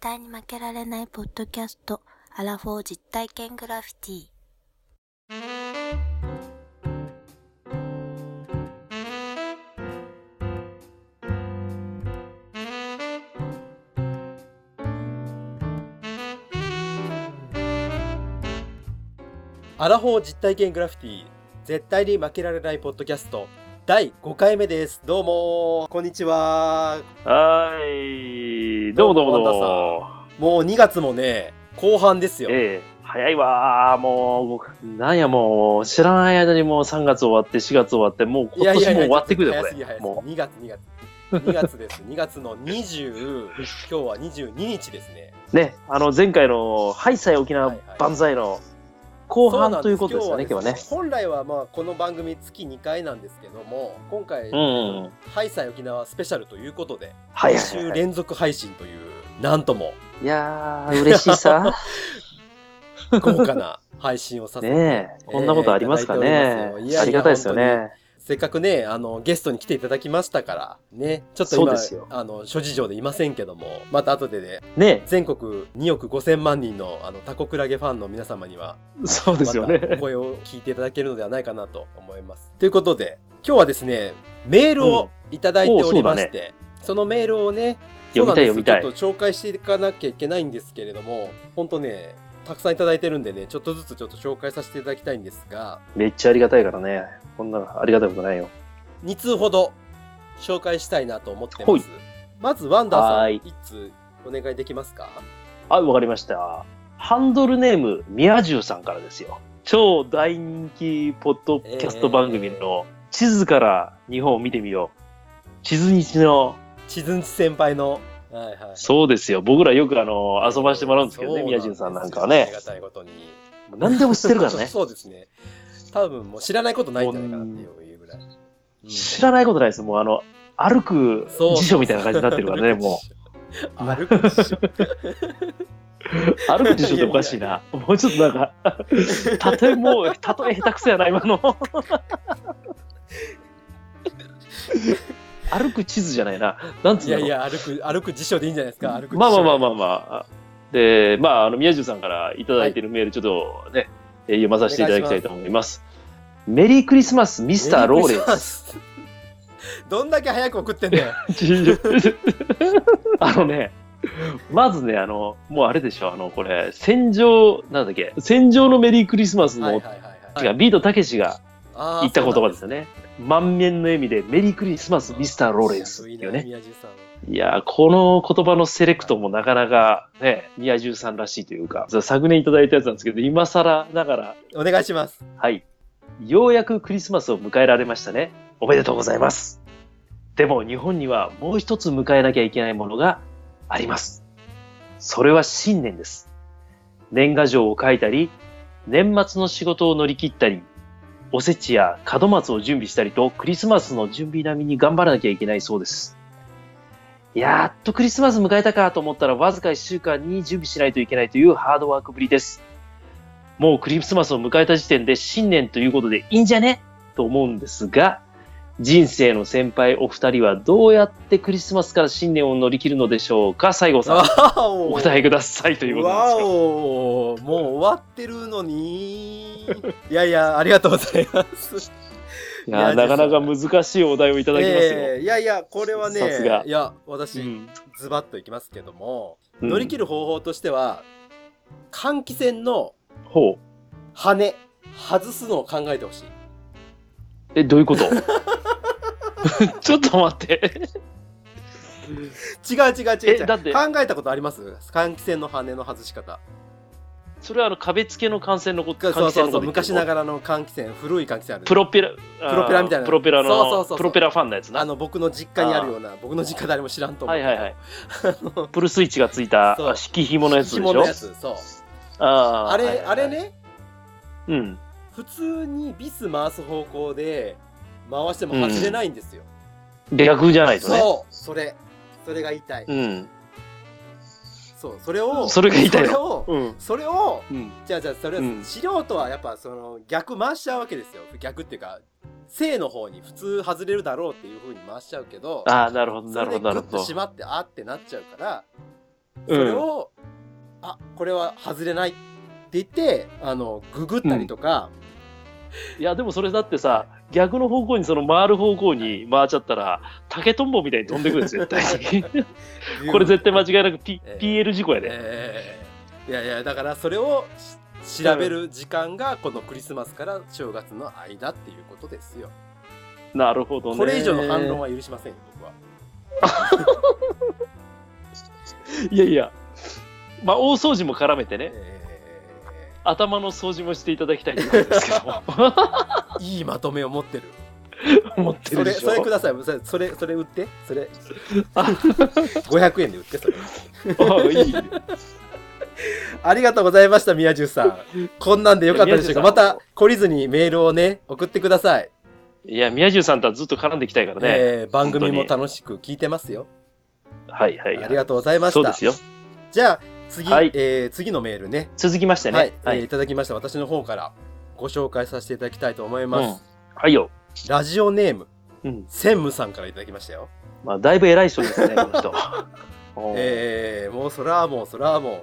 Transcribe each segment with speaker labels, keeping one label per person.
Speaker 1: 対に負けられないポッドキャスト、アラフォー実体験グラフィティ。
Speaker 2: アラフォー実体験グラフィティ絶対に負けられないポッドキャスト第5回目ですどうもこんにちは
Speaker 3: はーい。どうもどうもどうも。
Speaker 2: もう2月もね後半ですよ
Speaker 3: ええ早いわー。もう、なんやもう、知らない間にもう3月終わって、4月終わって、もう今年もう終わってく
Speaker 2: る
Speaker 3: で、これ。
Speaker 2: も
Speaker 3: も
Speaker 2: う2月2月2月です2月の20今日 は22日ですね
Speaker 3: う。ね、あの、前回の、ハイサイ沖
Speaker 2: は
Speaker 3: 縄
Speaker 2: いはい
Speaker 3: 万歳の後
Speaker 2: そうな
Speaker 3: 半
Speaker 2: ん
Speaker 3: ということですよね、今
Speaker 2: は
Speaker 3: 日はね。
Speaker 2: 本来はまあこの番組月2回なんですけども今回、
Speaker 3: うんうん
Speaker 2: ハイサイ沖縄スペシャルということで
Speaker 3: はいはい
Speaker 2: 2週
Speaker 3: はいはい。
Speaker 2: 連続配信というなんとも
Speaker 3: いやー、嬉し いさ。
Speaker 2: 豪華な配信をさせて
Speaker 3: ねえ、こんなことありますかね
Speaker 2: ええいただいておりますよいやい。や
Speaker 3: ありがたいですよね。
Speaker 2: せっかくね、あの、ゲストに来ていただきましたから、ね、ちょっと
Speaker 3: そう
Speaker 2: 今
Speaker 3: ですよ、
Speaker 2: あの、諸事情でいませんけども、また後でね、
Speaker 3: ね
Speaker 2: 全国2億5千万人の、あの、タコクラゲファンの皆様には、
Speaker 3: え、そうですよ
Speaker 2: またお
Speaker 3: ね。
Speaker 2: 声を聞いていただけるのではないかなと思います。ということで、今日はですね、メールをいただいておりまして、そのメールをね、
Speaker 3: 読みたい
Speaker 2: そうなんです
Speaker 3: 読みたい
Speaker 2: ちょっと紹介していかなきゃいけないんですけれども、本当ね、たくさんいただいてるんでね、ちょっとずつちょっと紹介させていただきたいんですが、
Speaker 3: めっちゃありがたいからね。こんなありがたいことないよ。
Speaker 2: 2通ほど紹介したいなと思って
Speaker 3: ほ
Speaker 2: ま
Speaker 3: い
Speaker 2: す。まず、ワンダーさ
Speaker 3: は
Speaker 2: ん、
Speaker 3: ーい
Speaker 2: 1通お願いできますか
Speaker 3: はい、わかりました。ハンドルネーム、宮中さんからですよ。超大人気ポッドキャスト番組の地図から日本を見てみよう。地図日の、
Speaker 2: 地図んち先輩の。はいはい。
Speaker 3: そうですよ。僕らよくあの、遊ばしてもらうんですけどね、
Speaker 2: そ
Speaker 3: 宮中さんなんかはね
Speaker 2: あり。がたいことに。
Speaker 3: もう何でも知ってるから ね。
Speaker 2: そうですね。多分もう知らないことないんじゃないかなっていうぐらい。うん
Speaker 3: 知らないことないです。もうあの、歩く
Speaker 2: そう
Speaker 3: 辞書みたいな感じになってるからね、も
Speaker 2: う。 歩くでしょ
Speaker 3: う。歩く辞書っておかしいな。もうちょっとなんか、たとえもう、たとえ下手くそやな、今の。歩く地図じゃないな。なんつう
Speaker 2: いや
Speaker 3: んだろう
Speaker 2: いや、歩く、歩く辞書でいいんじゃないですか。歩く辞書。
Speaker 3: まあまあまあまあまあ。で、まあ、あの、宮中さんからいただいてるメール、ちょっとね、えー読まさせていただきたいと思います。メリークリスマス、ミ
Speaker 2: メ
Speaker 3: スター・ローレンス。
Speaker 2: ス。 どんだけ早く送ってんだ よ。
Speaker 3: あのね、まずね、あの、もうあれでしょ、あの、これ、戦場、なんだっけ、戦場のメリークリスマス
Speaker 2: はい
Speaker 3: の
Speaker 2: はいはいはい。
Speaker 3: 違うビートたけしが
Speaker 2: あー
Speaker 3: 言った言葉ですよね。満面の笑みで、メリークリスマス、ミスター・ローレンスっていうね。
Speaker 2: 宮地さん。
Speaker 3: いやー、この言葉のセレクトもなかなかね、宮中さんらしいというか、昨年いただいたやつなんですけど、今更ながら、
Speaker 2: お願いします。
Speaker 3: はい。ようやくクリスマスを迎えられましたね。おめでとうございます。でも日本にはもう一つ迎えなきゃいけないものがあります。それは新年です。年賀状を書いたり、年末の仕事を乗り切ったり、おせちや門松を準備したりとクリスマスの準備並みに頑張らなきゃいけないそうです。やっとクリスマス迎えたかと思ったらわずか1週間に準備しないといけないというハードワークぶりです。もうクリスマスを迎えた時点で新年ということでいいんじゃねと思うんですが、人生の先輩お二人はどうやってクリスマスから新年を乗り切るのでしょうか西郷さん、お
Speaker 2: お
Speaker 3: 答えくださいということなん
Speaker 2: わ
Speaker 3: ですよ。
Speaker 2: おもう終わってるのに。いやいや、ありがとうございます。
Speaker 3: いやーなかなか難しいお題をいただきますよ。
Speaker 2: えーいやいや、これは
Speaker 3: さすが
Speaker 2: ね、いや、
Speaker 3: う
Speaker 2: 私、
Speaker 3: ん
Speaker 2: ズバッといきますけども、
Speaker 3: うん
Speaker 2: 乗り切る方法としては、換気扇の
Speaker 3: ほう。
Speaker 2: 羽、外すのを考えてほしい。
Speaker 3: え、どうい うこと ちょっと待って。
Speaker 2: 違う違う違う違
Speaker 3: え
Speaker 2: う。
Speaker 3: だって
Speaker 2: 考えたことあります換気扇の羽の外し方。
Speaker 3: それはあの壁付けの感染のこと、
Speaker 2: そうそう
Speaker 3: 換気扇の
Speaker 2: そ
Speaker 3: こ
Speaker 2: う、
Speaker 3: と
Speaker 2: 昔な
Speaker 3: ら。
Speaker 2: がらの換気扇、古い換気扇ある。
Speaker 3: プロペラ、あー
Speaker 2: プロペラみたいな
Speaker 3: プロペラの、
Speaker 2: そうそうそうそう
Speaker 3: プロペラファンのやつな。
Speaker 2: あの、僕の実家にあるような、僕の実家誰も知らんと思う
Speaker 3: は
Speaker 2: け
Speaker 3: い
Speaker 2: ど。
Speaker 3: はいはい。プルスイッチがついた
Speaker 2: そう
Speaker 3: 引き紐のやつでし
Speaker 2: 紐の
Speaker 3: ょ
Speaker 2: やつそう
Speaker 3: あー
Speaker 2: あれ、
Speaker 3: はいはいはい
Speaker 2: あれ。ね
Speaker 3: うん。
Speaker 2: 普通にビス回す方向で回しても外れないんですよ、
Speaker 3: 逆じゃないとね。
Speaker 2: そうそれそれが言いたい、
Speaker 3: うん。
Speaker 2: そうそれを
Speaker 3: それが言いたいの
Speaker 2: それを
Speaker 3: うん。
Speaker 2: それを
Speaker 3: うん。
Speaker 2: じゃあじゃあそれは、
Speaker 3: うん
Speaker 2: 素人はやっぱその逆回しちゃうわけですよ逆っていうか正の方に普通外れるだろうっていう風に回しちゃうけど
Speaker 3: ああ、なるほど、
Speaker 2: そ
Speaker 3: な
Speaker 2: れ
Speaker 3: る
Speaker 2: で
Speaker 3: ほ
Speaker 2: グ
Speaker 3: ど、なる
Speaker 2: ッ
Speaker 3: ほ
Speaker 2: と
Speaker 3: ど。
Speaker 2: 締まってあってなっちゃうからそれを、あこれは外れないって言ってあのググったりとか、
Speaker 3: いや、でもそれだってさ、逆の方向に、その回る方向に回っちゃったら、竹とんぼみたいに飛んでくるんです よ、絶対に。これ絶対間違いなく P、
Speaker 2: ええ
Speaker 3: PL 事故やで、
Speaker 2: えーいやいやだからそれをし調べる時間がこのクリスマスから正月の間っていうことですよ。
Speaker 3: なるほどね。
Speaker 2: これ以上の反論は許しませんよ僕は。
Speaker 3: いやいや、まあ、大掃除も絡めてね、
Speaker 2: え
Speaker 3: 頭の掃除もしていただきたいところです けど、
Speaker 2: ーいいまとめを持ってる。
Speaker 3: 思って
Speaker 2: そ
Speaker 3: る
Speaker 2: れ
Speaker 3: でしょ。
Speaker 2: それください。それそれそれ売ってそれ
Speaker 3: あ
Speaker 2: 500円で売ってそれ。
Speaker 3: あいい
Speaker 2: ありがとうございました宮中さん。こんなんでよかったでしょうか。
Speaker 3: いや
Speaker 2: ま
Speaker 3: 宮中さん
Speaker 2: た懲りずにメールをね送ってください。
Speaker 3: いや、宮中さんとはずっと絡んでいきたいからね。
Speaker 2: えー番組も楽しく聞いてますよ。
Speaker 3: はいはい。
Speaker 2: ありがとうございまし
Speaker 3: そうで
Speaker 2: た。
Speaker 3: すよ。
Speaker 2: じゃあ次、
Speaker 3: はい
Speaker 2: えー次のメールね。
Speaker 3: 続きましてね。
Speaker 2: はい、
Speaker 3: は
Speaker 2: えーい
Speaker 3: い。
Speaker 2: ただきました私の方からご紹介させていただきたいと思い
Speaker 3: うん
Speaker 2: ます、
Speaker 3: はいよ。
Speaker 2: ラジオネーム
Speaker 3: うん。
Speaker 2: 専務さんからいただきましたよ、
Speaker 3: まあ、だいぶ偉い人ですね、この 人。おー
Speaker 2: えーもうそらもうそらも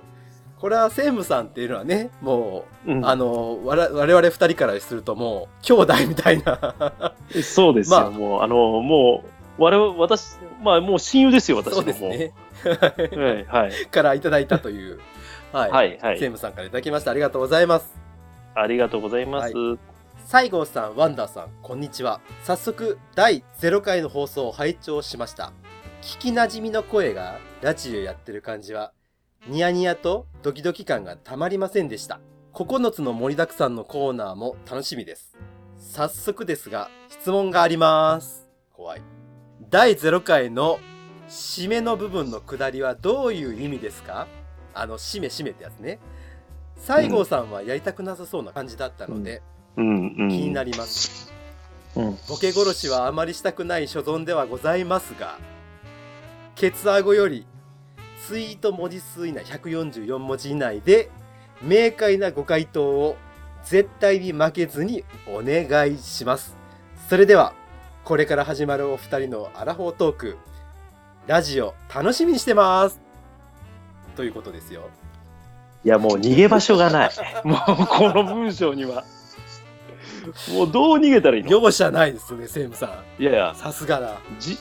Speaker 2: うこれは専務さんっていうのはねも
Speaker 3: う
Speaker 2: う、
Speaker 3: ん
Speaker 2: あのわら我々二人からするともう兄弟みたいな
Speaker 3: そうですよ、
Speaker 2: まあ
Speaker 3: もう、あの、もう、我々、私、まあ、もう親友ですよ、私
Speaker 2: そ
Speaker 3: の
Speaker 2: うです
Speaker 3: もう。
Speaker 2: ね
Speaker 3: はい、はい、
Speaker 2: からいただいたというはい、
Speaker 3: はい、は
Speaker 2: 専
Speaker 3: い。
Speaker 2: 務さんからいただきましたありがとうございます
Speaker 3: ありがとうございます。
Speaker 2: 西郷さん、ワンダーさん、こんにちは。早速、第0回の放送を拝聴しました。聞きなじみの声が、ラジオやってる感じは、ニヤニヤとドキドキ感がたまりませんでした。9つの盛りだくさんのコーナーも楽しみです。早速ですが、質問があります。怖い。第0回の締めの部分の下りはどういう意味ですかあの、締め締めってやつね。西郷さんはやりたくなさそうな感じだったので、
Speaker 3: うん、うん。
Speaker 2: 気になります、
Speaker 3: うん
Speaker 2: ボケ殺しはあまりしたくない所存ではございますがケツアゴよりツイート文字数以内144文字以内で明快なご回答を絶対に負けずにお願いしますそれではこれから始まるお二人のアラフォートークラジオ楽しみにしてますということですよ
Speaker 3: いや、もう逃げ場所 がない。もう、この文章には。もう、どう逃げたらいいの
Speaker 2: 容赦ないですねセイムさ
Speaker 3: いやいや
Speaker 2: ん、さすがだ
Speaker 3: じ、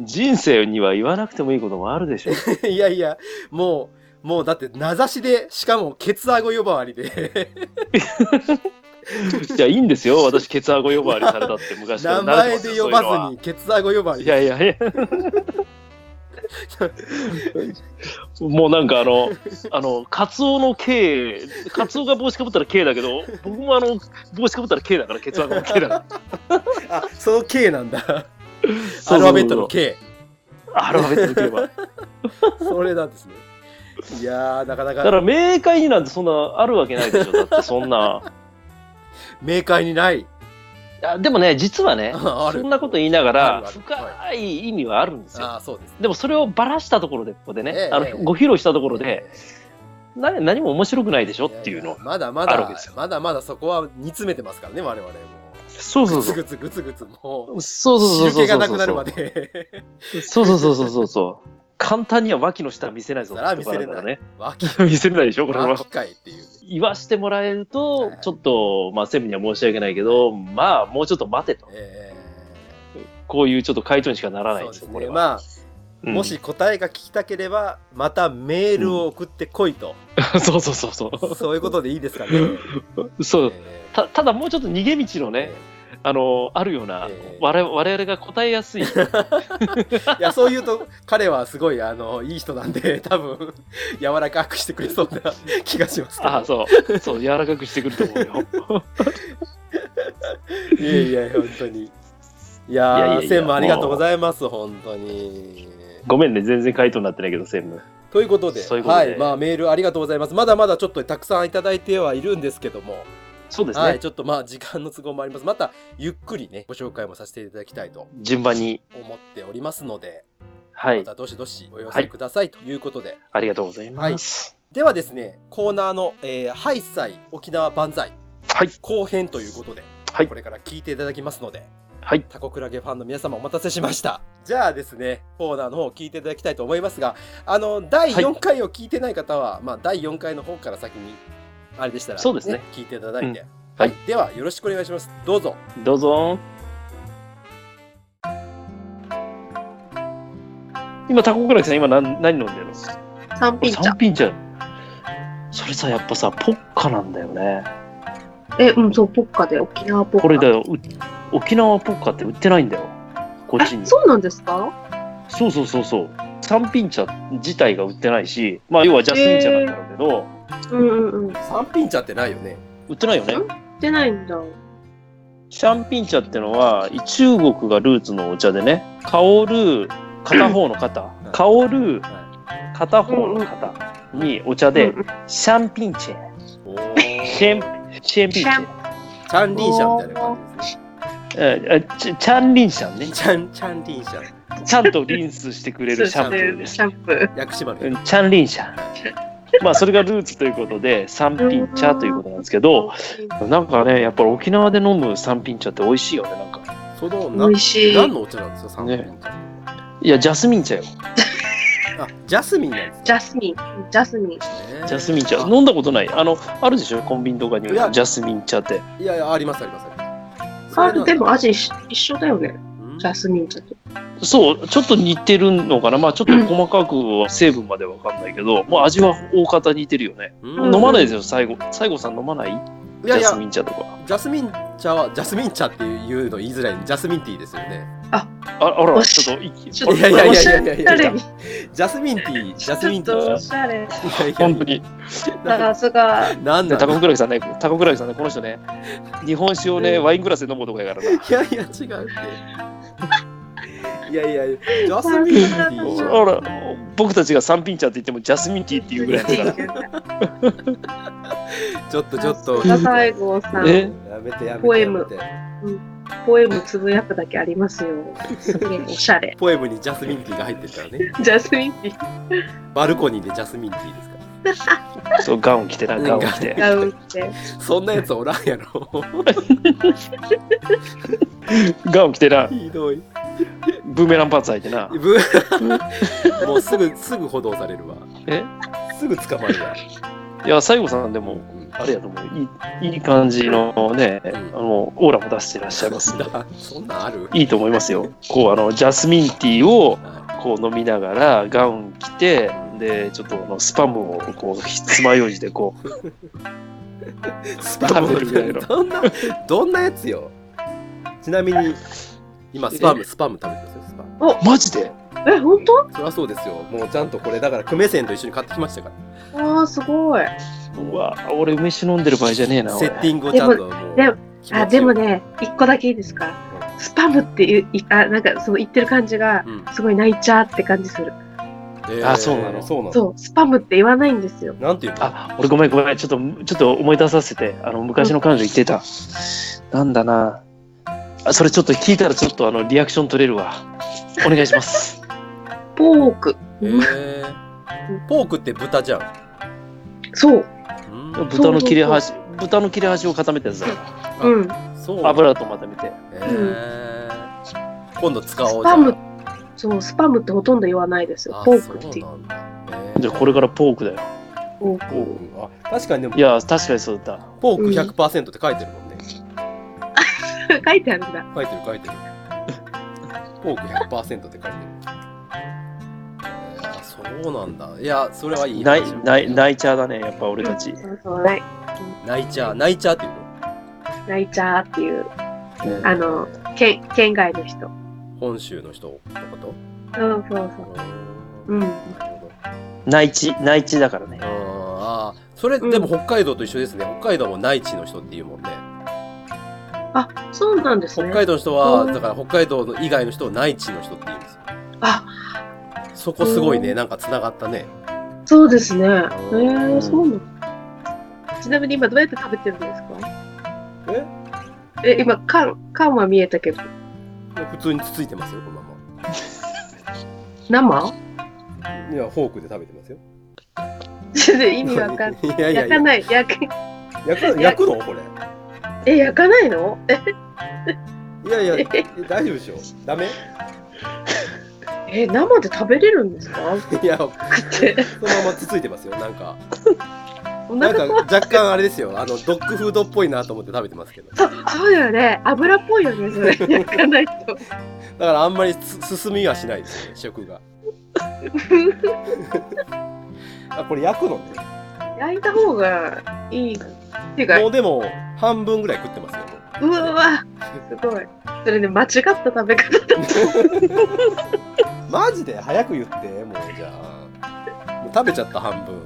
Speaker 3: 人生には言わなくてもいいこともあるでしょ。
Speaker 2: いやいや、もう、もうだって名指しで、しかもケツアゴ呼ばわりで、
Speaker 3: いや、いいんですよ。私、ケツアゴ呼ばわりされたって昔から
Speaker 2: 名
Speaker 3: 慣
Speaker 2: 前
Speaker 3: れてます
Speaker 2: で
Speaker 3: よ
Speaker 2: 呼ばずにケツアゴ呼ばわ
Speaker 3: そ
Speaker 2: り
Speaker 3: ういうのは。いやいやいや。もうなんかあの、あの、カツオの K、カツオが帽子かぶったら K だけど、僕もあの、帽子かぶったら K だから、ケツアゴの K だから。
Speaker 2: あ、その K なんだ。 ア
Speaker 3: そうそうそう
Speaker 2: ルファベットの K。
Speaker 3: アルファベットの K は。
Speaker 2: それなんですね。いやー、なかな
Speaker 3: だか、
Speaker 2: から
Speaker 3: 明快になんてそんなあるわけないでしょ。だって、そんな。
Speaker 2: 明快にない。
Speaker 3: いやでもね、実はね、
Speaker 2: あある
Speaker 3: そんなこと言いなが
Speaker 2: ある
Speaker 3: ら、
Speaker 2: ある
Speaker 3: 深い意味はあるんですよ。
Speaker 2: あー、そうです。
Speaker 3: でもそれをばらしたところで、ここでね、
Speaker 2: ええ
Speaker 3: あの
Speaker 2: ええ
Speaker 3: ご披露したところで、な何も面白くないでしょっていうの
Speaker 2: や。やまだま
Speaker 3: ある
Speaker 2: だ
Speaker 3: わけですよ
Speaker 2: まだまだそこは煮詰めてますからね我々も
Speaker 3: そうそう
Speaker 2: ぐ
Speaker 3: そ
Speaker 2: つ
Speaker 3: う。
Speaker 2: ぐつぐつぐつも
Speaker 3: そう
Speaker 2: う
Speaker 3: そう
Speaker 2: 汁
Speaker 3: そうそう
Speaker 2: 気が
Speaker 3: そう
Speaker 2: なくなる
Speaker 3: そ
Speaker 2: ま
Speaker 3: う。
Speaker 2: で
Speaker 3: そうそうそうそうそうそう。簡単には脇の下は見せないぞ
Speaker 2: それは見せれない
Speaker 3: ところだか
Speaker 2: 脇
Speaker 3: らね。見せれないでしょこれは
Speaker 2: 脇。かいっていう
Speaker 3: 言わしてもらえると
Speaker 2: はい、
Speaker 3: ちょっと、まあ、セミには申し訳ないけど、まあ、もうちょっと待てと。
Speaker 2: えー
Speaker 3: こういうちょっと回答にしかならないんですよ、
Speaker 2: そう
Speaker 3: こ
Speaker 2: で
Speaker 3: れ
Speaker 2: すね
Speaker 3: は。
Speaker 2: まあ、
Speaker 3: うん
Speaker 2: もし答えが聞きたければまたメールを送ってこいと、
Speaker 3: そうそうそうそ
Speaker 2: そういうことでいいですかね。
Speaker 3: う。そう。
Speaker 2: え
Speaker 3: たただ、もうちょっと逃げ道の
Speaker 2: ー
Speaker 3: ね、あの、あるような、
Speaker 2: ええ
Speaker 3: 我々我々が答え やすい。
Speaker 2: いやそういうと彼はすごいあのいい人なんで 多分柔らかくしてくれそうな 気がしますけど
Speaker 3: ああ、そう。そう、柔らかくしてくると思うよ。
Speaker 2: いやいや本当にいやー
Speaker 3: いやいやいや
Speaker 2: 専務ありがとうございます本当に。
Speaker 3: ごめんね、全然回答になってないけど、専務。
Speaker 2: ということで
Speaker 3: そういうことで
Speaker 2: はいまあ、メールありがとうございますまだまだちょっとたくさんいただいてはいるんですけども、
Speaker 3: そうですね。
Speaker 2: はい、ちょっとまあ時間の都合もあります。またゆっくりね、ご紹介もさせていただきたいと
Speaker 3: 順番に。
Speaker 2: 思っておりますので、
Speaker 3: は
Speaker 2: ま
Speaker 3: い。
Speaker 2: たどしどしお寄
Speaker 3: は
Speaker 2: せ
Speaker 3: い
Speaker 2: くださいということで。
Speaker 3: ありがとうございます。
Speaker 2: ではですね、コーナーの、えー、ハイサイ沖縄万歳
Speaker 3: はい。
Speaker 2: 後編ということで、
Speaker 3: はい
Speaker 2: これから聞いていただきますので、
Speaker 3: はい。
Speaker 2: タコクラゲファンの皆様お待たせしました。じゃあですね、コーナーの方を聞いていただきたいと思いますが、あの、第
Speaker 3: はい
Speaker 2: 4回を聞いてない方は、まあ、第4回の方から先に、あれでしたら、
Speaker 3: そうですね
Speaker 2: 聞いていただいて。
Speaker 3: は
Speaker 2: はいい。では、よろしくお願いします。どうぞ。
Speaker 3: どうぞ。今、タコクラキさん、今何何飲んでるの
Speaker 4: 三品茶
Speaker 3: 三。品茶。それさ、やっぱさ、ポッカなんだよね。
Speaker 4: え、うん、そう、ポッカで、沖縄ポッカ。
Speaker 3: これだよ、う沖縄ポッカって売ってないんだよ。こっちに
Speaker 4: え。そうなんですか
Speaker 3: そうそうそうそう。三品茶自体が売ってないし、まあ、要はジャスミン茶なんだろうけど、
Speaker 4: うんうんうん。
Speaker 2: 三品茶ってないよね。
Speaker 3: 売ってないよね。
Speaker 4: 出ないんだ。
Speaker 3: シャンピン茶ってのは、中国がルーツのお茶でね、香る片方の肩、
Speaker 2: ん
Speaker 3: 香る片方の肩にお茶で
Speaker 4: う、ん
Speaker 3: シャンピンチェ、
Speaker 2: お
Speaker 3: シ
Speaker 2: ー。
Speaker 3: ェン、シェンピンチェ、
Speaker 2: チャンリンシャンみたいな感じですね。
Speaker 3: えあちチャンリンシャンね。
Speaker 2: チャン、チャンリンシャン。
Speaker 3: ちゃんとリンスしてくれるシャンプーです。
Speaker 4: シャンプー。
Speaker 2: 薬師丸
Speaker 3: う。んチャンリンシャン。まあ、それがルーツということで、三品茶ということなんですけど、なんかね、やっぱり沖縄で飲む三品茶って美味しいよね、なんか。
Speaker 2: その、
Speaker 4: 美
Speaker 2: な、
Speaker 4: 味しい。
Speaker 2: 何のお茶なんですか、三品茶。
Speaker 3: いや、ジャスミン茶よ。
Speaker 2: あ、ジャスミンなんですね。
Speaker 4: ジャスミン、ジャスミン。
Speaker 2: ね
Speaker 3: ジャスミン茶。
Speaker 2: あ
Speaker 3: 飲んだことない。あの、あるでしょコンビニとかに
Speaker 2: いや
Speaker 3: ジャスミン茶って。
Speaker 2: いやいや、ありますありますあります。
Speaker 4: あ、でも味一緒だよね。
Speaker 2: うん、
Speaker 4: ジャスミン茶と。
Speaker 3: そう、ちょっと似てるのかな。まあ、ちょっと細かくは成分までわかんないけど、もう味は大方似てるよね。
Speaker 2: うん
Speaker 3: 飲まないですよ、最後。最後さん飲まない
Speaker 2: いやい
Speaker 3: ジ
Speaker 2: や
Speaker 3: ャスミン茶とか。
Speaker 2: ジャスミン茶はジャスミン茶っていうの言いづらいジャスミンティーですよね
Speaker 3: ああら、ちょっと息、
Speaker 4: ちょっと、
Speaker 2: いやいやいや
Speaker 4: お
Speaker 2: い
Speaker 4: しゃ
Speaker 2: やいやいや
Speaker 4: れに。
Speaker 2: ジャスミンティージャスミン
Speaker 4: ち
Speaker 2: テ
Speaker 4: ょっと
Speaker 2: ィ
Speaker 4: おしゃれ。
Speaker 2: ーいやい
Speaker 3: 本
Speaker 2: や
Speaker 3: 当に。
Speaker 4: さすが。
Speaker 2: なん
Speaker 3: で
Speaker 2: だ
Speaker 3: 高
Speaker 2: ろう
Speaker 3: 倉さんね、高倉さんね、この人ね、日本酒をね、ワイングラスで飲むとかやからな。
Speaker 2: いやいや違うっていやいやジャスミンティーじゃん
Speaker 3: あら、僕たちが三品茶って言っても、ジャスミンティーっていうぐらいだから。
Speaker 2: ちょっとちょっと
Speaker 4: さ
Speaker 2: や
Speaker 4: すが西郷さ
Speaker 3: え
Speaker 4: ん、
Speaker 2: めてやめ
Speaker 4: ポ
Speaker 2: て
Speaker 4: エ
Speaker 2: や
Speaker 4: ム
Speaker 2: めて
Speaker 4: ポエムつぶやくだけありますよ。すげえおしゃれ。
Speaker 2: ポエムにジャスミンティーが入ってるからね
Speaker 4: ジャスミンティー
Speaker 2: バルコニーでジャスミンティーですか
Speaker 3: そう、ガウン着てな、ガウン着て。
Speaker 4: が売って。
Speaker 2: らそんなやつおらんやろ
Speaker 3: ガウン着てな、
Speaker 2: ひどい
Speaker 3: ブーメランパンツ履いてな。
Speaker 2: ぶ もうすぐすぐ補導されるわ
Speaker 3: え
Speaker 2: すぐ捕まるわ
Speaker 3: いや、西郷さんでも、あれやと思う。いいいい感じのね、あの、オーラも出してらっしゃいますんで。
Speaker 2: だそん なんある
Speaker 3: いいと思いますよ。こう、あの、ジャスミンティーを、
Speaker 2: は
Speaker 3: こう飲みながら、ガウン着て、で、ちょっとあのスパムを、こう、ひつまようじで、こう、
Speaker 2: いスパム
Speaker 3: 食べるぐらいの
Speaker 2: どんなどんなやつよちなみに今スパムスパム食べてますよスパム
Speaker 3: マジで
Speaker 4: え、本当？
Speaker 2: そりゃそうですよもうちゃんとこれだから久米線と一緒に買ってきましたから
Speaker 4: ああ、すごい。
Speaker 3: うわ、俺、梅酒飲んでる場合じゃねえな、
Speaker 2: セ
Speaker 3: 俺
Speaker 2: ッティングをちゃんともう
Speaker 4: でも
Speaker 2: 気持ちよ
Speaker 4: あ、
Speaker 2: く
Speaker 4: でもね、一個だけいいですか。スパムっていう、いあ、なんかその言ってる感じが
Speaker 2: うん
Speaker 4: すごい泣いちゃうって感じする。
Speaker 2: え
Speaker 3: あそうなの
Speaker 2: そうなの
Speaker 4: そう、スパムって言わないんですよ。
Speaker 2: なんていうの
Speaker 3: あ、俺ごめんごめん。ちょっと、ちょっと思い出させて。あの、昔の彼女言ってた。なんだな。あ、それちょっと聞いたらちょっとあの、リアクション取れるわ。お願いします。
Speaker 4: ポーク。
Speaker 2: えーポークって豚じゃん
Speaker 4: そう。
Speaker 2: うん
Speaker 3: 豚の切れ端、豚の切れ端を固めたやつだか
Speaker 4: うん。
Speaker 2: そう
Speaker 3: ら。油と固めて。
Speaker 2: えー今度使お
Speaker 4: ス
Speaker 2: うじゃ
Speaker 4: パ
Speaker 2: あ
Speaker 4: ム、そう、スパムってほとんど言わないですよ
Speaker 2: あ。
Speaker 4: ポークっていう
Speaker 2: そ。うなんだえー
Speaker 3: じゃあこれからポークだよ。
Speaker 4: ポーク。
Speaker 2: ポークあ確かにでも
Speaker 3: いや、確かにそうだっ
Speaker 2: ポーク100%って書いてるもんね
Speaker 4: 書いてあるんだ。
Speaker 2: 書いてる書いてるポーク100%って書いてるいやそうなんだいやそれはいい
Speaker 3: た。ない
Speaker 2: 話、
Speaker 3: ない、ないちゃだね。やっぱ俺たち。
Speaker 4: そうそう、ない
Speaker 2: 泣いちゃう泣いちゃうっていう
Speaker 4: 泣いちゃうっていう、
Speaker 2: の、
Speaker 4: あの、県、県外の人。
Speaker 2: 本州の人のこと
Speaker 4: うん、そうそう。うん。
Speaker 2: なるほど
Speaker 3: 内地、内地だからね。
Speaker 2: あーあーそれ、
Speaker 4: うん
Speaker 2: でも北海道と一緒ですね北海道も内地の人っていうもんね
Speaker 4: あ、そうなんです
Speaker 2: 北
Speaker 4: ね。
Speaker 2: 海道の人は、
Speaker 4: うん
Speaker 2: だから北海道の以外の人を内地の人って言うんですよ
Speaker 4: あ、
Speaker 2: そこすごいね
Speaker 4: うん
Speaker 2: なんかつながったね
Speaker 4: そうですね。え
Speaker 2: う
Speaker 4: ー、
Speaker 3: ん
Speaker 4: そうなの。ちなみに今どうやって食べてるんですか
Speaker 2: え
Speaker 4: え、今、缶、缶は見えたけど、
Speaker 2: 普通につついてますよこのま
Speaker 4: 生
Speaker 2: まいやフォークで食べてますよ
Speaker 4: 意味わかんない。
Speaker 2: いやいや
Speaker 4: 焼
Speaker 2: い
Speaker 4: か
Speaker 2: や
Speaker 4: ない。焼く、
Speaker 2: 焼く焼くのこれ
Speaker 4: え、焼かないのえ、
Speaker 2: いやい や、え大丈夫でしょダメ
Speaker 4: え、生で食べれるんですか
Speaker 2: いや、
Speaker 4: って。
Speaker 2: そのままつついてますよ、なんか。
Speaker 4: お
Speaker 2: なんか
Speaker 4: 腹壊す。
Speaker 2: 若干あれですよ、あの、ドッグフードっぽいなと思って食べてますけど。
Speaker 4: そう、そうよね。油っぽいよね、それ。焼かないと。
Speaker 2: だからあんまりす進みはしないですね、食が。 あ、これ焼くのね。
Speaker 4: 焼いた方がいい。っていうか、
Speaker 2: もうでも、半分ぐらい食ってますよ、もう
Speaker 4: うわすごい。それね、間違った食べ方だ。
Speaker 2: マジで早く言って、もうじゃあ。もう食べちゃった半分。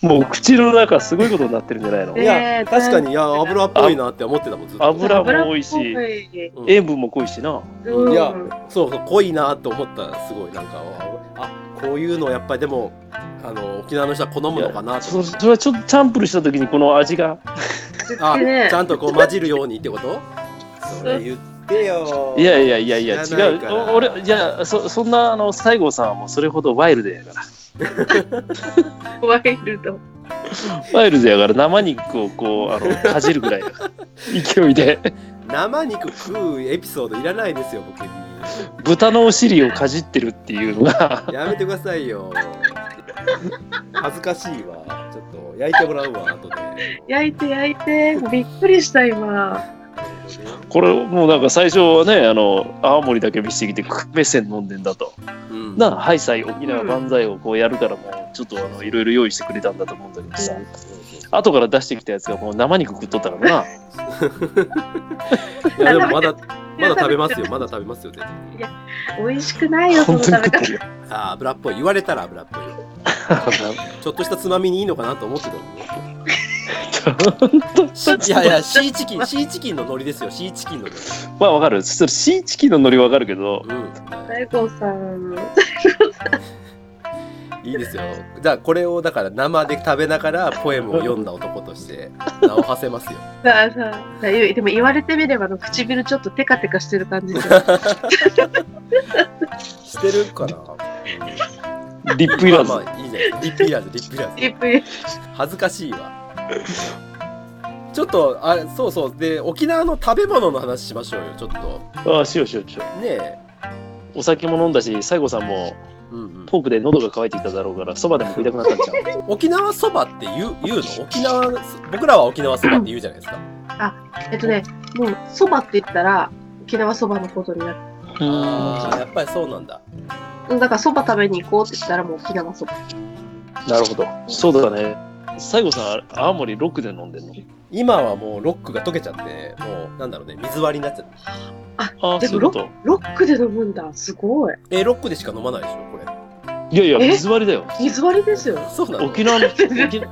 Speaker 3: もう口の中すごいことになってるんじゃないの
Speaker 2: い
Speaker 4: え
Speaker 2: や、
Speaker 4: ー
Speaker 2: 確かに、いや、油っぽいなって思ってたもん、ずっと。
Speaker 3: 油も多いし
Speaker 4: 油っぽい
Speaker 2: うん
Speaker 3: 塩分も濃いしな
Speaker 4: うん
Speaker 2: いやそうそう濃いなと思ったすごいなんかあこういうのやっぱりでもあの沖縄の人は好むのかなと
Speaker 3: そそれはちょっとチャンプルした時にこの味が
Speaker 2: あ
Speaker 4: ね
Speaker 2: ちゃんとこう混じるようにってことそれ言ってよ
Speaker 3: いやいやいやいや
Speaker 2: 知らな
Speaker 3: 違う
Speaker 2: いから
Speaker 3: お俺いやそそんなあの西郷さんはもうそれほどワイルドやから
Speaker 4: ワイルド。
Speaker 3: ワイルドやから生肉をこうあのかじるぐらい だから勢いで
Speaker 2: 生肉食うエピソードいらないですよ僕に
Speaker 3: 豚のお尻をかじってるっていうのが
Speaker 2: やめてくださいよ恥ずかしいわちょっと焼いてもらうわ後で
Speaker 4: 焼いて焼い て。びっくりした、今。
Speaker 3: これもうなんか最初はねあの青森だけ見してきて久米線飲んでんだと
Speaker 2: うん
Speaker 3: なあハイサイ沖縄万歳をこうやるからもうちょっとあのいろいろ用意してくれたんだと思うんだけど
Speaker 2: そ
Speaker 3: さ
Speaker 2: うそう
Speaker 3: 後から出してきたやつがもう生肉食っとったからな
Speaker 2: いやでもまだまだ食べますよまだ食べますよ絶対
Speaker 4: 美味しくないよ、そ
Speaker 3: 本
Speaker 4: の
Speaker 3: 当
Speaker 4: 食
Speaker 3: に
Speaker 4: べ
Speaker 3: 食っ
Speaker 4: 方
Speaker 3: て。るよ
Speaker 2: あ油っぽい言われたら油っぽいよ ちょっとしたつまみにいいのかなと思ってたのにしいやいや、シーチキン、シーチキンのノリですよ、シーチキンのノ
Speaker 3: まあわかるそれシーチキンのノリわかるけど
Speaker 2: リ。
Speaker 4: 大悟さん。
Speaker 2: うん、いいですよ。じゃあ、これをだから生で食べながら、ポエムを読んだ男として、名を馳せますよ。
Speaker 4: さあさあ、でも言われてみればあの唇ちょっとテカテカしてる感 じですよ
Speaker 2: してるかな、
Speaker 3: リップいらず
Speaker 2: まあまあ、いいじゃないリップいらず、リップいらず。
Speaker 4: リップ
Speaker 2: 恥ずかしいわ。ちょっと、あそうそう。で、沖縄の食べ物の話しましょうよ、ちょっと。
Speaker 3: ああしようしようしよう
Speaker 2: ねえ。
Speaker 3: お酒も飲んだし西郷さんも
Speaker 2: うんうん、
Speaker 3: トークで喉が渇いてきただろうからそばでも食いたくなったんちゃう
Speaker 2: 沖縄そばって言う言うの沖縄僕らは沖縄そばって言うじゃないですか。
Speaker 4: えっとね、もうそばって言ったら沖縄そばのことになる。
Speaker 2: ああやっぱりそうなんだ。
Speaker 4: うんだからそば食べに行こうって言ったらもう沖縄そば。
Speaker 3: なるほどそうだね西郷さん青森ロックで飲んでんの
Speaker 2: 今はもうロックが溶けちゃってもうなんだろうね水割りになっちゃって
Speaker 3: ああ
Speaker 4: で
Speaker 3: そうい
Speaker 4: も
Speaker 3: うこと
Speaker 4: ロックで飲むんだ。すごい。
Speaker 2: えロックでしか飲まないでしょこれ
Speaker 3: いやいや
Speaker 4: え
Speaker 3: 水割りだよ
Speaker 4: 水割りですよ。
Speaker 2: そうなの
Speaker 3: 沖 縄の沖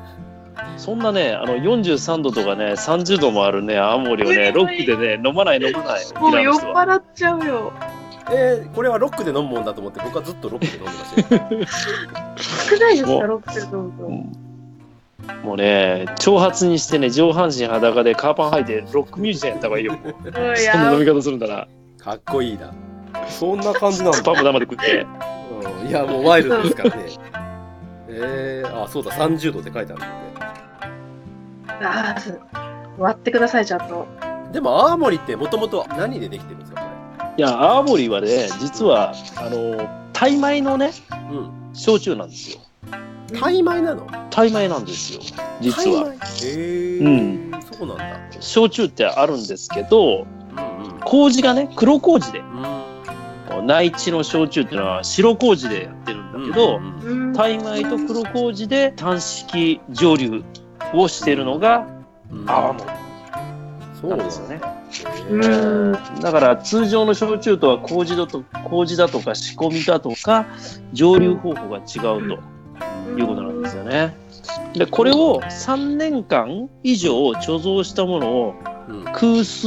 Speaker 3: そんなねあの43度とかね30度もあるね青森をねロックでね飲まない飲まない
Speaker 4: も
Speaker 3: 沖縄
Speaker 4: う酔
Speaker 3: の
Speaker 4: っ
Speaker 3: 人は
Speaker 4: 払っちゃうよ。
Speaker 2: えーこれはロックで飲むもんだと思って僕はずっとロックで飲んでましたよ
Speaker 4: 少ないです
Speaker 3: も
Speaker 4: か、
Speaker 3: う
Speaker 4: ロックで飲む
Speaker 3: うんもうね長髪にしてね上半身裸でカーパン履いてロックミュージシャンやった方がいいよ
Speaker 4: と。うん
Speaker 3: そんな
Speaker 4: や
Speaker 3: 飲み方するんだな
Speaker 2: かっこいいなそんな感じなん
Speaker 3: スパム生で食って
Speaker 2: うんいやもうワイルドですからねえー、あそうだ30度って書いてあるんで、
Speaker 4: あーす割ってください、ちゃんと。
Speaker 2: ね、でも青森ってもともと何でできてるんですか
Speaker 3: いや青森はね実はあのタイ米のね
Speaker 2: これうん
Speaker 3: 焼酎なんですよ
Speaker 2: タイ米なの
Speaker 3: タイ米なんですよ実は
Speaker 2: タイ米へえ
Speaker 3: うん
Speaker 2: ーそうなんだ
Speaker 3: 焼酎ってあるんですけど
Speaker 2: うんうん
Speaker 3: 麹がね黒麹で
Speaker 2: う
Speaker 3: 内地の焼酎っていうのは白麹でやってるんだ
Speaker 2: ん
Speaker 3: けど、
Speaker 2: うんうん
Speaker 4: うん。
Speaker 3: タイ米と黒麹で単式蒸留をしてるのが
Speaker 2: うん
Speaker 3: 泡盛
Speaker 2: そう
Speaker 3: な
Speaker 2: なんんで
Speaker 3: で
Speaker 2: すす
Speaker 3: よ
Speaker 2: よ
Speaker 3: ね
Speaker 2: ね。
Speaker 4: うん。
Speaker 3: だから通常の焼酎とは麹だと麹だとか仕込みだとか蒸留方法が違うということなんですよね。でこれを3年間以上貯蔵したものを
Speaker 2: うん
Speaker 3: 空数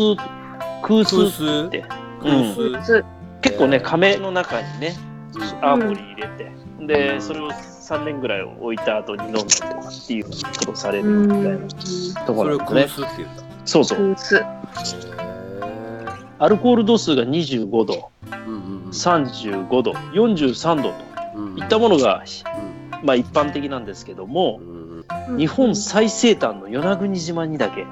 Speaker 3: 空数、
Speaker 2: 空数
Speaker 3: って
Speaker 2: 空数
Speaker 3: う
Speaker 4: 普通
Speaker 3: 結構ね亀の中にね
Speaker 2: うん
Speaker 3: アーモリー入れて、でそれを3年ぐらい置いた後に飲んだりとかっていうことされる
Speaker 4: うん。
Speaker 3: みたいな
Speaker 4: うん
Speaker 3: とこ
Speaker 2: それ
Speaker 3: ろ
Speaker 2: を
Speaker 3: なん
Speaker 2: 空
Speaker 3: ですね。
Speaker 2: 数って言うんだ。
Speaker 3: そうそう
Speaker 4: 普通
Speaker 3: アルコール度数が25度、
Speaker 2: うんうんうん
Speaker 3: 35度、43度
Speaker 2: うん
Speaker 3: といったものが、
Speaker 2: う
Speaker 3: まあ、一般的なんですけども
Speaker 2: んうん
Speaker 3: 日本最西端の与那国島にだけ
Speaker 2: うん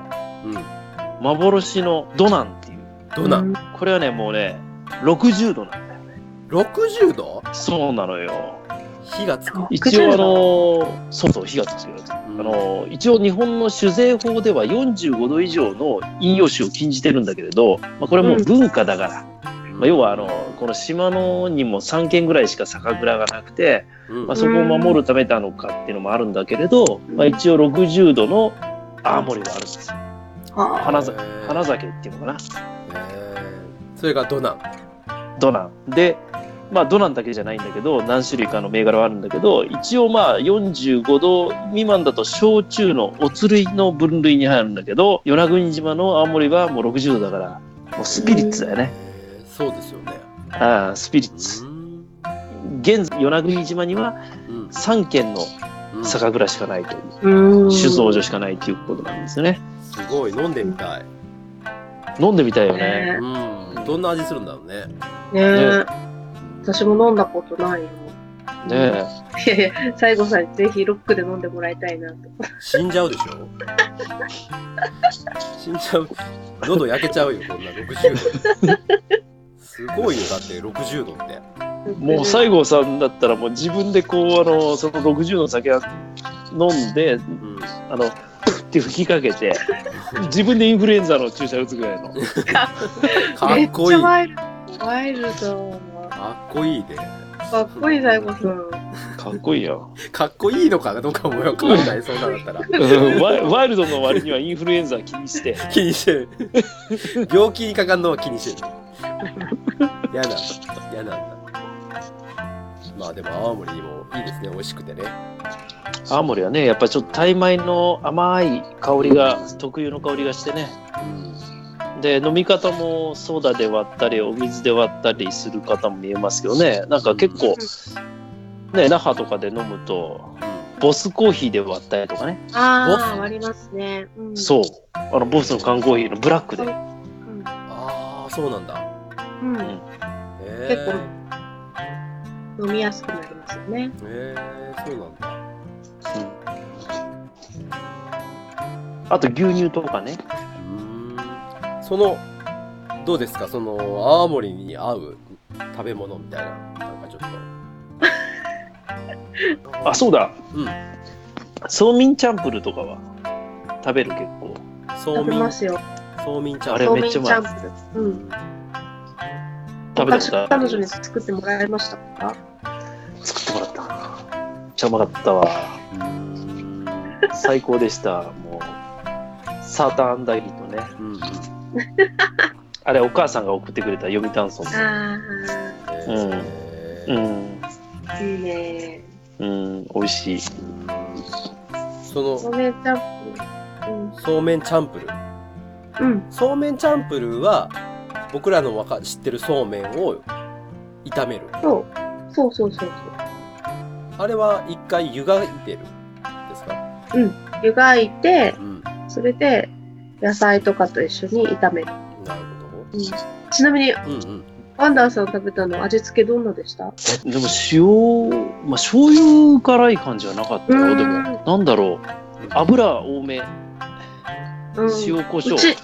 Speaker 3: 幻のドナンっていう。
Speaker 2: どな
Speaker 4: うんん
Speaker 3: これはね、もうね、60度なんだよ。
Speaker 2: 60度
Speaker 3: そうなのよ。
Speaker 2: 火がつく。うん
Speaker 3: 一応あの、そうそう、火がつくよ。あの、一応日本の酒税法では45度以上の飲用酒を禁じてるんだけれど、まあ、これはもう文化だから。まあ、要はあの、この島のにも3軒ぐらいしか酒蔵がなくて、
Speaker 2: うん
Speaker 3: まあ、そこを守るためなのかっていうのもあるんだけれど、まあ、一応60度の泡盛があるんですよ。
Speaker 4: あ
Speaker 3: 花ざ
Speaker 2: へー
Speaker 3: 花酒っていうのかな。
Speaker 2: えーそれがドナン。
Speaker 3: ドナンで、まあ、ドナンだけじゃないんだけど何種類かの銘柄はあるんだけど一応まあ45度未満だと焼酎のおつるいの分類に入るんだけど与那国島の青森はもう60度だからもうスピリッツだよね、
Speaker 2: えーそうですよね。
Speaker 3: ああスピリッ
Speaker 2: う
Speaker 3: ツ
Speaker 2: ん
Speaker 3: 現与那国島には
Speaker 2: うん
Speaker 3: 3軒の
Speaker 2: うんす
Speaker 3: 酒蔵しかないという
Speaker 4: うん。
Speaker 3: 酒造所しかないということなんですよね
Speaker 2: ごい飲んでみたい。
Speaker 3: 飲んでみたいよね
Speaker 4: ね
Speaker 2: うんどんな味するんだろうね。
Speaker 4: ね私も飲んだことないよ。
Speaker 3: ねえ
Speaker 4: いやいや、西郷さんにぜひロックで飲んでもらいたいなと。
Speaker 2: 死んじゃうでしょ 死んじゃう喉焼けちゃうよこんな60度すごいよだって60度って
Speaker 3: もう西郷さんだったらもう自分でこうあのその60の酒を飲んで
Speaker 2: うん
Speaker 3: あの、プッて吹きかけて、自分でインフルエンザの注射打つぐらいの。
Speaker 2: かっこい
Speaker 4: めっ
Speaker 2: い
Speaker 4: ちゃ
Speaker 2: か
Speaker 4: ワイルド。ワイルド。
Speaker 2: っこいいね
Speaker 4: かっこいい西郷さん。
Speaker 3: かっこいいよ。
Speaker 2: かっこいいのかどうかもわかん ないそうなんだったら
Speaker 3: うんワイワイルドの割にはインフルエンザ気にして。
Speaker 2: 気にしてる病気にかかんのは気にしてる嫌なんだ嫌なんだまあでも青森もいいですね美味しくてね
Speaker 3: 青森はね、やっぱちょっとタイ米の甘い香りが、特有の香りがしてね。で、飲み方もソーダで割ったり、お水で割ったりする方も見えますけどね。なんか結構、ね、那覇とかで飲むと、ボスコーヒーで割ったりとかね。
Speaker 4: ああ、ありますね。うん、
Speaker 3: そう。あの、ボスの缶コーヒーのブラックで。
Speaker 4: うん。
Speaker 2: ああそうなんだ
Speaker 4: うん。
Speaker 2: え
Speaker 4: 結構飲みやすくなりますよね。
Speaker 2: えー、そうなんだ。
Speaker 3: あと牛乳とかね。
Speaker 2: その、どうですかその、青森に合う食べ物みたいな。なんかちょっと。
Speaker 3: あ、そうだ。
Speaker 2: うん。
Speaker 3: ソーミンチャンプルとかは食べる結構。
Speaker 2: そう
Speaker 4: 食べ
Speaker 2: みん
Speaker 4: ま、すよ。
Speaker 2: そうみんちゃん。
Speaker 3: あれ
Speaker 4: そう
Speaker 3: め
Speaker 4: め
Speaker 3: っ
Speaker 4: ん
Speaker 3: ち
Speaker 4: チ
Speaker 3: ゃうまい
Speaker 4: ャンプル。うん。
Speaker 3: 食べたことある
Speaker 4: 彼女に作ってもらいましたか
Speaker 3: 作ってもらったな。めっちゃうまかったわ。
Speaker 2: うーん。
Speaker 3: 最高でした。もう、サーターアンダギーとね。
Speaker 2: うんうん。
Speaker 3: あれ、お母さんが送ってくれた読谷村
Speaker 4: あ
Speaker 2: え
Speaker 3: う
Speaker 2: ー
Speaker 3: ん。
Speaker 4: あ、いいね。
Speaker 3: うん、美味しい。
Speaker 2: そ
Speaker 4: そう
Speaker 2: の、
Speaker 4: めんチャンプル。うん
Speaker 2: そうめんチャンプル。
Speaker 4: うん。
Speaker 2: そうめんチャンプルは、僕らのわか知ってるそうめんを炒める。
Speaker 4: そう。そうそうそう
Speaker 2: あれは一回湯がいてる。ですか
Speaker 4: そう。湯がいて、
Speaker 2: うん。
Speaker 4: それで野菜とかと一緒に炒める。
Speaker 2: なるほ
Speaker 4: ちなみに、
Speaker 2: ど。うんうん。
Speaker 4: ワンダーさん食べたの味付けどんなでした
Speaker 3: でも塩、まあ、醤油辛い感じはなかった
Speaker 4: う
Speaker 3: よ。
Speaker 4: ん
Speaker 3: でも、なんだろう。油多め、
Speaker 4: うん。
Speaker 3: 塩コショ
Speaker 4: う
Speaker 3: ウ
Speaker 4: ち、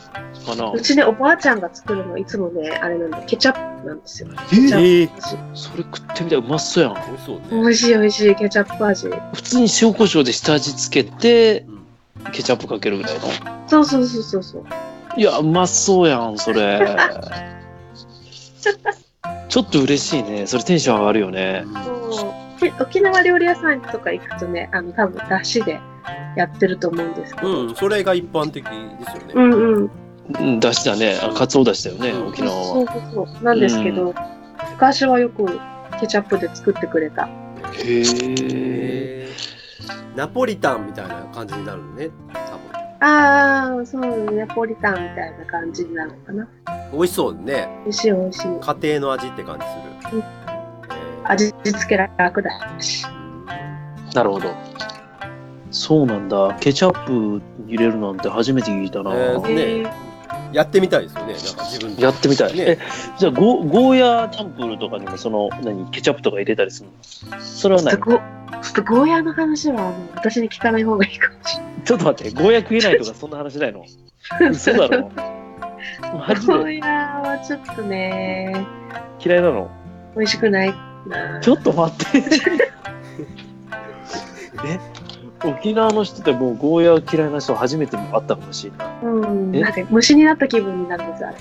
Speaker 3: かな。
Speaker 4: うちね、おばあちゃんが作るの、いつもね、あれなんだ、ケチャップなんですよ。
Speaker 3: え
Speaker 4: じゃあ
Speaker 2: えー、
Speaker 3: それ食ってみたらうまそうやん。
Speaker 2: 美味しそうね。
Speaker 4: 美味しい美味しい、ケチャップ味。
Speaker 3: 普通に塩コショウで下味つけて
Speaker 2: うん
Speaker 3: ケチャップかけるぐらいの
Speaker 4: そうそうそうそうそう。
Speaker 3: いやうまそうやんそれちょっと嬉しいねそれテンション上がるよね
Speaker 4: そうき沖縄料理屋さんとか行くとね、あの、多分、だしでやってると思うんですけど。
Speaker 2: うん、それが一般的ですよね。
Speaker 4: うんうん。
Speaker 3: うんだしだねあかつおだしだよね
Speaker 2: うん
Speaker 3: 沖
Speaker 4: そ
Speaker 3: 縄
Speaker 4: う
Speaker 3: は
Speaker 4: そうそう。なんですけど、昔はよくケチャップで作ってくれた。
Speaker 3: へえ
Speaker 2: へーナポリタンみたいな感じになるのね、多
Speaker 4: ああ、そう、ナポリタンみたいな感じになるのかな。
Speaker 2: 分。美味しそうね。
Speaker 4: 美味しい美味しい。
Speaker 2: 家庭の味って感じす
Speaker 4: う
Speaker 2: る。
Speaker 4: ん味付け楽だし
Speaker 2: え。ー
Speaker 3: なるほどそうなんだケチャップ入れるなんて初めて聞いたな、
Speaker 2: えーね
Speaker 4: えー
Speaker 2: やってみたいですよね、なんか自分で。
Speaker 3: やってみたい、え
Speaker 2: ね、
Speaker 3: じゃあゴーゴーヤーチャンプルとかにもその何ケチャップとか入れたりするのそれは
Speaker 4: ちょっ
Speaker 3: ない
Speaker 4: とゴちょっとゴーヤーの話はあの私に聞かない方がいいかもしれ
Speaker 3: ちょっ と待って、ゴーヤ食えないとかそんな話ないの嘘だろマ
Speaker 4: ない。
Speaker 3: ジ
Speaker 4: ゴ
Speaker 3: で
Speaker 4: ーヤーはちょっとね、
Speaker 3: 嫌いなの
Speaker 4: 美味しくないな。
Speaker 3: ちょっと 待って。え沖縄の人でもうゴーヤー嫌いな人初めて会ったかもしれない。
Speaker 4: うん、
Speaker 3: え
Speaker 4: なんか虫になった気分になるん です、あれ。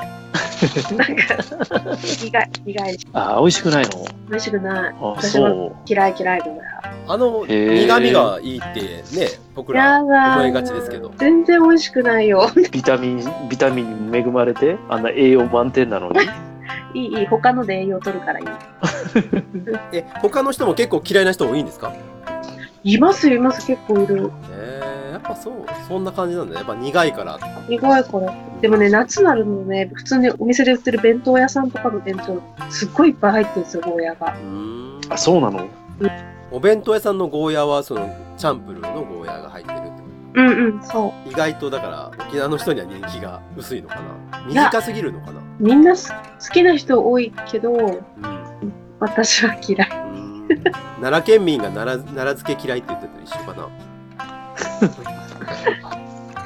Speaker 4: なんか、意外、意外、
Speaker 3: あー、美味しくないの
Speaker 4: 美味しくない。
Speaker 3: あ
Speaker 4: 私は
Speaker 3: そ
Speaker 4: 嫌い嫌いだな。
Speaker 2: あの
Speaker 3: へー
Speaker 2: 苦味がいいってね僕ら
Speaker 4: やだー
Speaker 2: 思いがちですけど
Speaker 4: 全然美味しくないよ。
Speaker 3: う。ビタミン、ビタミンに恵まれて、あんな栄養満点なのに。
Speaker 4: いい、いい、他ので栄養取るからい
Speaker 2: え他の人も結構嫌いな人多いんですか
Speaker 4: い。います、います、結構いる。
Speaker 2: えー、やっぱそうそんな感じなんだやっぱ苦いから
Speaker 4: 意外これ。でもね、夏になるのね、普通にお店で売ってる弁当屋さんとかの弁当、すっごいいっぱい入ってるんですよ、ゴーヤー
Speaker 2: う。
Speaker 4: が
Speaker 2: ーん
Speaker 3: あ、そうなの
Speaker 2: お弁当屋さんのゴーヤはそのチャンプルーのゴーヤが入ってるってこ
Speaker 4: うんうん、そ
Speaker 2: と意外とだから沖縄の人には人気が薄いのかない
Speaker 4: や
Speaker 2: 短すぎるのかな
Speaker 4: う。みんなす好きな人多いけど、
Speaker 2: うん
Speaker 4: 私は嫌い。
Speaker 2: うーん奈良県民が奈良奈良漬け嫌いって言ってたら一緒かな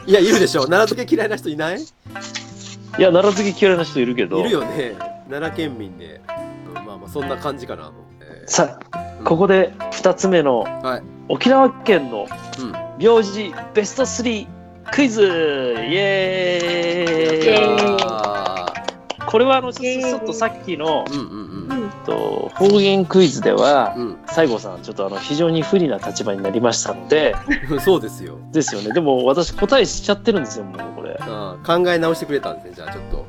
Speaker 2: いやいるでしょ奈良漬け嫌いな人いない
Speaker 3: いや、奈良漬け嫌いな人いるけど。
Speaker 2: いるよね奈良県民で、うんまあまあそんな感じかなと思って
Speaker 3: さあ、ここで2つ目の
Speaker 2: はい
Speaker 3: 沖縄県の
Speaker 2: うん
Speaker 3: 名字ベスト3クイズイエーイ
Speaker 4: イエーイ
Speaker 2: あー
Speaker 3: これはあのち
Speaker 4: イエ
Speaker 3: ょ
Speaker 4: ーイ
Speaker 3: ちょっとさっきの、
Speaker 2: うんうん
Speaker 4: うん。
Speaker 3: えっと方言クイズでは
Speaker 2: うん
Speaker 3: 西郷さんちょっとあの非常に不利な立場になりましたので
Speaker 2: うん そうですよ
Speaker 3: ですよねでも私答えしちゃってるんですよもうこれ
Speaker 2: あー考え直してくれたんですねじゃあちょっと、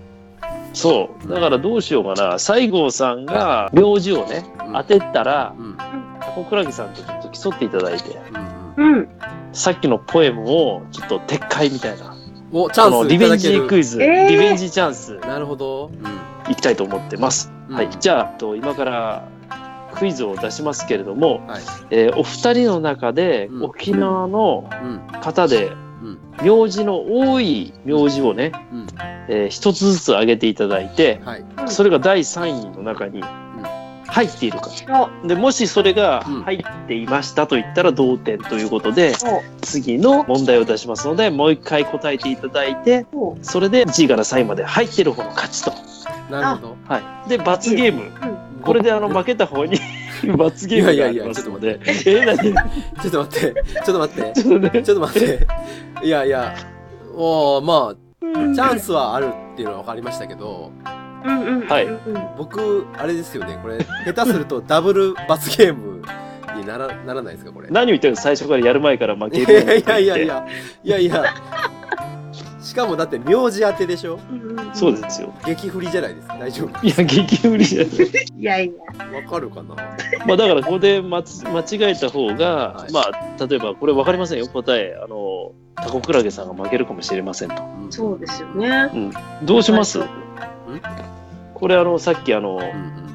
Speaker 3: そうだからどうしようかな西郷さんが名字をね
Speaker 2: うん
Speaker 3: 当てたら
Speaker 2: うんうん
Speaker 3: タコクラゲさんとちょっと競っていただいて
Speaker 2: うん
Speaker 4: うん。
Speaker 3: さっきのポエムをちょっと撤回みたいな
Speaker 2: うん、おチ
Speaker 3: あ
Speaker 2: ャ
Speaker 3: の
Speaker 2: ンス
Speaker 3: リ
Speaker 2: いた
Speaker 3: ベン
Speaker 2: だけ
Speaker 3: ジ
Speaker 2: る
Speaker 3: クイズ、
Speaker 4: えー
Speaker 3: リベンジチャンス
Speaker 2: なるほど、
Speaker 3: いきたいと思ってます。
Speaker 2: うん
Speaker 3: はい、じ
Speaker 2: ゃ
Speaker 3: ゃあと今からクイズを出しますけれども、
Speaker 2: はい
Speaker 3: えーお二人の中で
Speaker 2: うん
Speaker 3: 沖縄の
Speaker 2: あうん
Speaker 3: 方で
Speaker 2: うん
Speaker 3: 名字の多い名字をね、
Speaker 2: うん
Speaker 3: えー一つずつ挙げていただいて
Speaker 2: はい
Speaker 3: それが第3位の中に入っているか
Speaker 4: そう
Speaker 3: でもしそれが
Speaker 2: うん
Speaker 3: 入っていましたと言ったら同点ということで
Speaker 4: そう
Speaker 3: 次の問題を出しますのでもう一回答えていただいて
Speaker 4: そう
Speaker 3: それで1位から3位まで入ってる方の勝ちと。
Speaker 2: なるほど
Speaker 3: はい、で罰ゲーム、
Speaker 2: うん
Speaker 3: これであの負けた方に罰ゲームがありますので、え、なに、
Speaker 2: ちょっと待ってちょっと待って
Speaker 3: ちょっとね、
Speaker 2: ちょっと待 って。いやいや、おーまあ、チャンスはあるっていうのは分かりましたけど、
Speaker 4: うんうん。
Speaker 3: はい
Speaker 4: うんうん
Speaker 2: 僕、あれですよね、これ、下手するとダブル罰ゲームにならならないですか、これ。
Speaker 3: 何を言ってるの、最初からやる前から負
Speaker 2: い
Speaker 3: けるよう
Speaker 2: や
Speaker 3: に
Speaker 2: いやいやい
Speaker 3: 言って
Speaker 2: や、いやいや。しかもだって、名字当てでしょ
Speaker 4: うんうん。
Speaker 3: そうですよ。
Speaker 2: 激振りじゃないですか、大丈夫。
Speaker 3: いや、激売りじゃない。
Speaker 4: いやいや。
Speaker 2: わかるかな
Speaker 3: まあ、だから、ここで、まつ、間違えた方が、
Speaker 2: はい
Speaker 3: まあ、例えば、これ、わかりませんよ、答え、あの。タコクラゲさんが負けるかもしれませんと。
Speaker 2: うん
Speaker 4: そうですよね。
Speaker 3: どうします
Speaker 4: はい。
Speaker 3: これ、あの、さっき、あ
Speaker 2: う
Speaker 3: の、
Speaker 2: んうん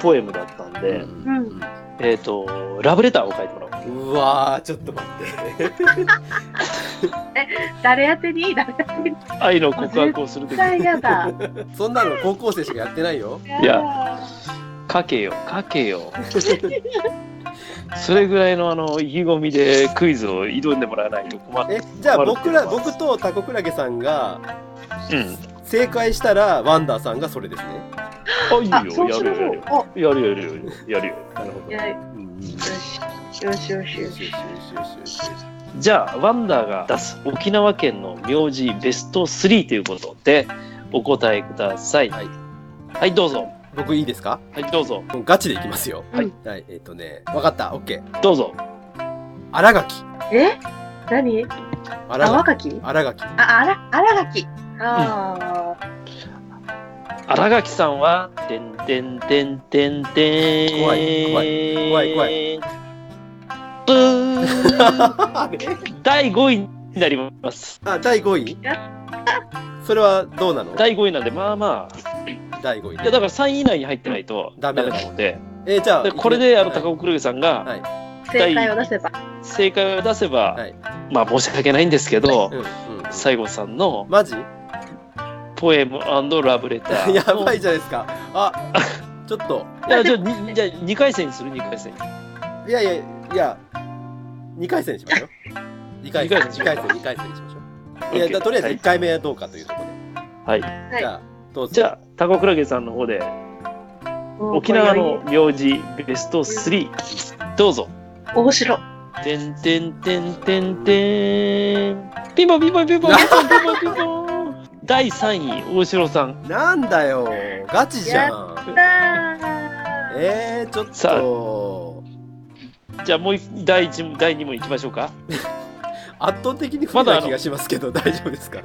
Speaker 3: ポエムだったん
Speaker 2: うん
Speaker 3: で、
Speaker 2: うんうんうん
Speaker 3: えっ、と、ラブレターを書いてもらおう。
Speaker 2: うわー、ちょっと待って。
Speaker 4: 誰宛てに誰宛てに。
Speaker 3: 愛の告白をすると
Speaker 4: 絶
Speaker 3: きに。
Speaker 4: 対やだ。
Speaker 2: そんなの高校生しかやってないよ。
Speaker 4: や
Speaker 3: いや
Speaker 4: だ。
Speaker 3: 書けよ書けよそれぐらいのあの意気込みでクイズを挑んでもらわないと困る、
Speaker 2: え、じゃあ僕ら、
Speaker 3: 困るっていうのは
Speaker 2: 僕とタコクラゲさんが、
Speaker 3: うん、
Speaker 2: 正解したらワンダーさんがそれですね。
Speaker 3: あい
Speaker 4: あ、
Speaker 3: い
Speaker 4: そ
Speaker 3: よ
Speaker 4: う
Speaker 3: や
Speaker 4: し
Speaker 3: る
Speaker 4: ま
Speaker 3: よ
Speaker 4: しょう。お、
Speaker 3: やるよやるよやるよやるよ
Speaker 2: なるほど。
Speaker 4: いやよ
Speaker 2: うんよ
Speaker 4: し。よしよし
Speaker 2: し
Speaker 4: よ
Speaker 2: よ
Speaker 4: し。
Speaker 2: しよしよしよし
Speaker 3: じゃあワンダーが出す沖縄県の名字ベスト3ということでお答えください
Speaker 2: はい、
Speaker 3: はい、どうぞ
Speaker 2: 僕いいですか？
Speaker 3: はいどうぞ
Speaker 2: もうガチでいきますよ。
Speaker 4: はい。
Speaker 2: はい。えっ、とね、わかった。オッケー。
Speaker 3: どうぞ
Speaker 2: 荒垣。
Speaker 4: え何
Speaker 2: 荒
Speaker 4: 泡
Speaker 2: 垣。
Speaker 4: かき
Speaker 2: 荒垣。
Speaker 4: あ、あら、あらがき。ああ、
Speaker 3: 新垣さんは「てんてんてんてんてん」
Speaker 2: 怖い怖い怖い怖
Speaker 3: いブー第5位になります
Speaker 2: あ、第五位？それはどうなの？
Speaker 3: 第5位なんで、まあまあ、
Speaker 2: 第五位
Speaker 3: い。やだから3位以内に入ってないと
Speaker 2: ダ
Speaker 3: ダ
Speaker 2: メ
Speaker 3: メ
Speaker 2: だ
Speaker 3: なので、
Speaker 2: えーじゃあ
Speaker 3: でこれであの
Speaker 2: はい
Speaker 3: 高尾黒柳さんが
Speaker 2: はい。
Speaker 4: 正解を出せば。
Speaker 3: 正解を出せば、
Speaker 2: はい
Speaker 3: まあ申し訳ないんですけど
Speaker 2: うん、うん。
Speaker 3: 西郷さんの
Speaker 2: マジ？
Speaker 3: ポエムラブレタ ー。
Speaker 2: やば
Speaker 3: い
Speaker 2: いじゃないですか。あ、ちょっと
Speaker 3: やじゃあ、にじゃあ2回戦にする、2回戦。
Speaker 2: いやいやいや2回戦にしましょう。2回
Speaker 3: 二回
Speaker 2: 戦、
Speaker 3: 戦
Speaker 2: 2回戦、2回戦にしましょう。いや、
Speaker 3: OK
Speaker 2: じゃあとりあえず
Speaker 3: はい
Speaker 2: 1回目はどうかというところ
Speaker 3: はい。
Speaker 2: で。
Speaker 4: はい
Speaker 2: じゃあ、どうぞ。
Speaker 3: じゃあ、タコクラゲさんの方で、沖縄の名字ベスト3、どうぞ。
Speaker 4: 大城。
Speaker 3: てんてんてんてんてん。ピンポンピンポンピンポンピンポンピンポンピン ポン。第3位、大城さん。
Speaker 2: なんだよ、ガチじゃん。
Speaker 4: あー
Speaker 2: えー、ちょ
Speaker 3: さ
Speaker 2: っと、
Speaker 3: じゃあもう一第1、第2問いきましょうか。
Speaker 2: 圧倒的に不利な気がしますけど、大丈夫ですか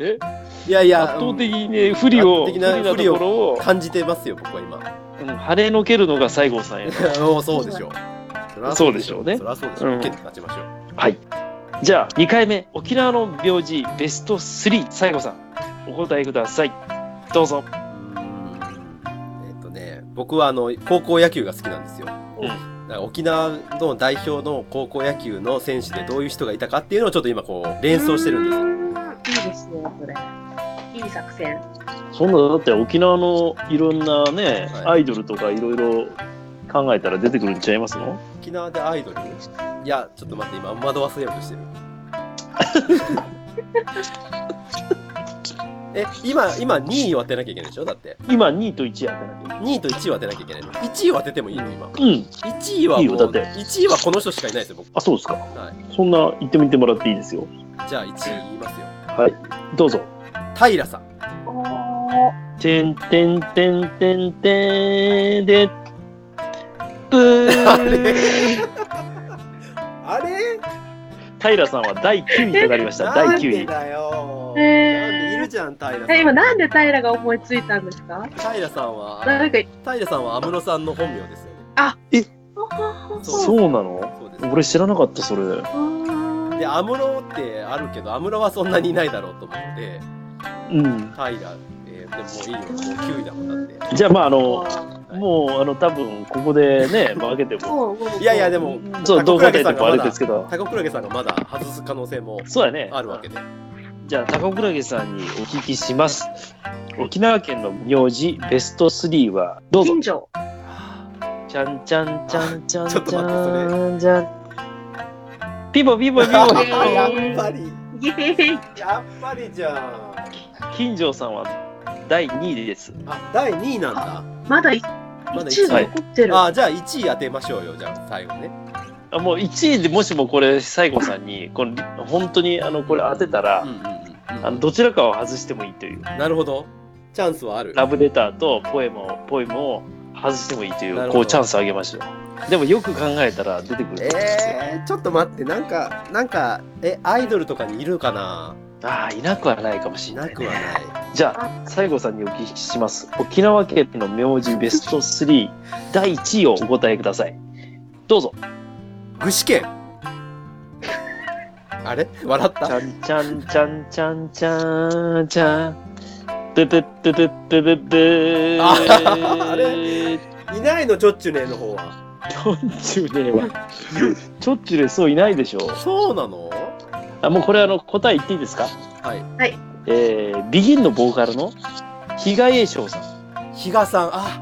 Speaker 3: え
Speaker 2: いやいや、
Speaker 3: 圧倒的にね、不利を、不
Speaker 2: 圧
Speaker 3: 利
Speaker 2: 倒的な
Speaker 3: なところを、
Speaker 2: 感じてますよ、僕は今。
Speaker 3: うん、跳ねのけるのが西郷さんや。
Speaker 2: もうそうでしょう。
Speaker 3: そうでしょうね
Speaker 2: そりゃそうでしょ
Speaker 3: う
Speaker 2: う。
Speaker 3: ん
Speaker 2: ケン立ちましょう。
Speaker 3: はい。じゃあ、2回目、沖縄の名字ベスト3、西郷さん、お答えください。どうぞ。
Speaker 2: えっとね、僕はあの高校野球が好きなんですよ。
Speaker 3: うん
Speaker 2: だから沖縄の代表の高校野球の選手でどういう人がいたかっていうのをちょっと今こう連想してるんですよ。
Speaker 4: です。いいですね、これ。いい作戦。
Speaker 3: そんなだって沖縄のいろんなね、
Speaker 2: はい
Speaker 3: アイドルとかいろいろ考えたら出てくるんちゃいますの
Speaker 2: 沖縄でアイドルいや、ちょっと待って、今惑わせようと してる。え、今、今2位を当てなきゃいけないでしょだって。
Speaker 3: 今2位と1位当てなきゃい
Speaker 2: 2位と1位を当てなきゃいけないの。1位を当ててもいいの今。
Speaker 3: けないうん。
Speaker 2: 1位はい
Speaker 3: い
Speaker 2: も
Speaker 3: よ
Speaker 2: う、
Speaker 3: だって
Speaker 2: 1位はこの人しかいないですよ、僕。
Speaker 3: あ、そうですか。
Speaker 2: はい。
Speaker 3: そんな言ってみてもらっていいですよ。
Speaker 2: じゃあ1位言いますよ。
Speaker 3: どうぞ。
Speaker 2: 平さん。
Speaker 4: おー。
Speaker 3: てんてんてんてんてんで、ブー
Speaker 2: あれ
Speaker 3: 平さんは第9位となりました。第
Speaker 2: なん
Speaker 3: 9
Speaker 2: で
Speaker 3: 位。
Speaker 2: だよ。な
Speaker 4: えー
Speaker 2: んでいるじゃん、平さん。
Speaker 4: え、今なんで平が思いついたんですか
Speaker 2: 平さんは、
Speaker 4: なんか、
Speaker 2: 平さんは安室さんの本名ですよね。
Speaker 3: そうなの
Speaker 2: そうです。
Speaker 3: 俺知らなかった、それ。
Speaker 2: で、安室ってあるけど、安室はそんなにいないだろうと思って、
Speaker 3: うん。
Speaker 2: 平、えー、でももういいよ、もう9位だもんだって。
Speaker 3: じゃあ、まあ、あの、
Speaker 2: はい
Speaker 3: もう、あの、多分ここで ね、負けても、
Speaker 4: ゃ
Speaker 2: いやいや、でも、
Speaker 3: そう、
Speaker 2: タコ
Speaker 3: 動
Speaker 2: ク
Speaker 3: 画
Speaker 2: ラ
Speaker 3: で
Speaker 2: ゲ
Speaker 3: って
Speaker 2: さんが
Speaker 3: も
Speaker 2: ま
Speaker 3: あれで
Speaker 2: だ
Speaker 3: す、けど、
Speaker 2: タコクラゲさんがまだ外す可能性も
Speaker 3: そうやね。
Speaker 2: あるわけで。
Speaker 3: じゃあ、高倉家さんにお聞きします。沖縄県の名字ベスト3は、どうぞ。
Speaker 4: 近所。
Speaker 3: ちゃんちゃんちゃんちゃん
Speaker 2: ち
Speaker 3: ち
Speaker 2: ょっと待って
Speaker 3: ゃんちゃん。ピボピボピボ。
Speaker 4: あ やっぱ
Speaker 2: り、
Speaker 4: イエーイ。
Speaker 2: やっぱりじゃん。
Speaker 3: 金城さんは第2位です。
Speaker 2: あ、第2位なんだ。
Speaker 4: まだい
Speaker 2: まだ
Speaker 4: 一位
Speaker 2: 1
Speaker 4: が
Speaker 2: 位。
Speaker 4: 残ってる。
Speaker 2: あ、じゃあ1位当てましょうよ、じゃあ最後ね。
Speaker 3: あもう1位でもしもこれ、西郷さんに、この本当にあのこれ当てたら、
Speaker 2: うん
Speaker 3: あのどちらかを外してもいいという、
Speaker 2: なるほど。チャンスはある。
Speaker 3: ラブレターとポエムを、ポエムを外してもいいとい
Speaker 2: なる
Speaker 3: う、
Speaker 2: ほど
Speaker 3: こうチャンスをあげましたよ。でもよく考えたら出てくると思うんですよ。
Speaker 2: えー、ちょっと待って、なんか、なんか、え、アイドルとかにいるかな
Speaker 3: ああ、いなくはないかもし
Speaker 2: い
Speaker 3: れな、
Speaker 2: ない
Speaker 3: ね。
Speaker 2: くはない。
Speaker 3: じゃあ、西郷さんにお聞きします。沖縄県の名字ベスト3、第1位をお答えください。どうぞ。
Speaker 2: 具志堅あれ笑っ
Speaker 3: ちゃ
Speaker 2: た
Speaker 3: んちゃんちゃんちゃんちゃんちゃん。ブブブブブブブ
Speaker 2: ああれいないの、ちょっちゅねの方は。
Speaker 3: ちょっちゅうねえわ。ちょっちゅうねそういないでしょう。
Speaker 2: そうなの
Speaker 3: あ、もうこれあの、答え言っていいですか
Speaker 2: はい。
Speaker 3: えー、ビギンのボーカルの比嘉栄翔さん。
Speaker 2: 比嘉さん、あ、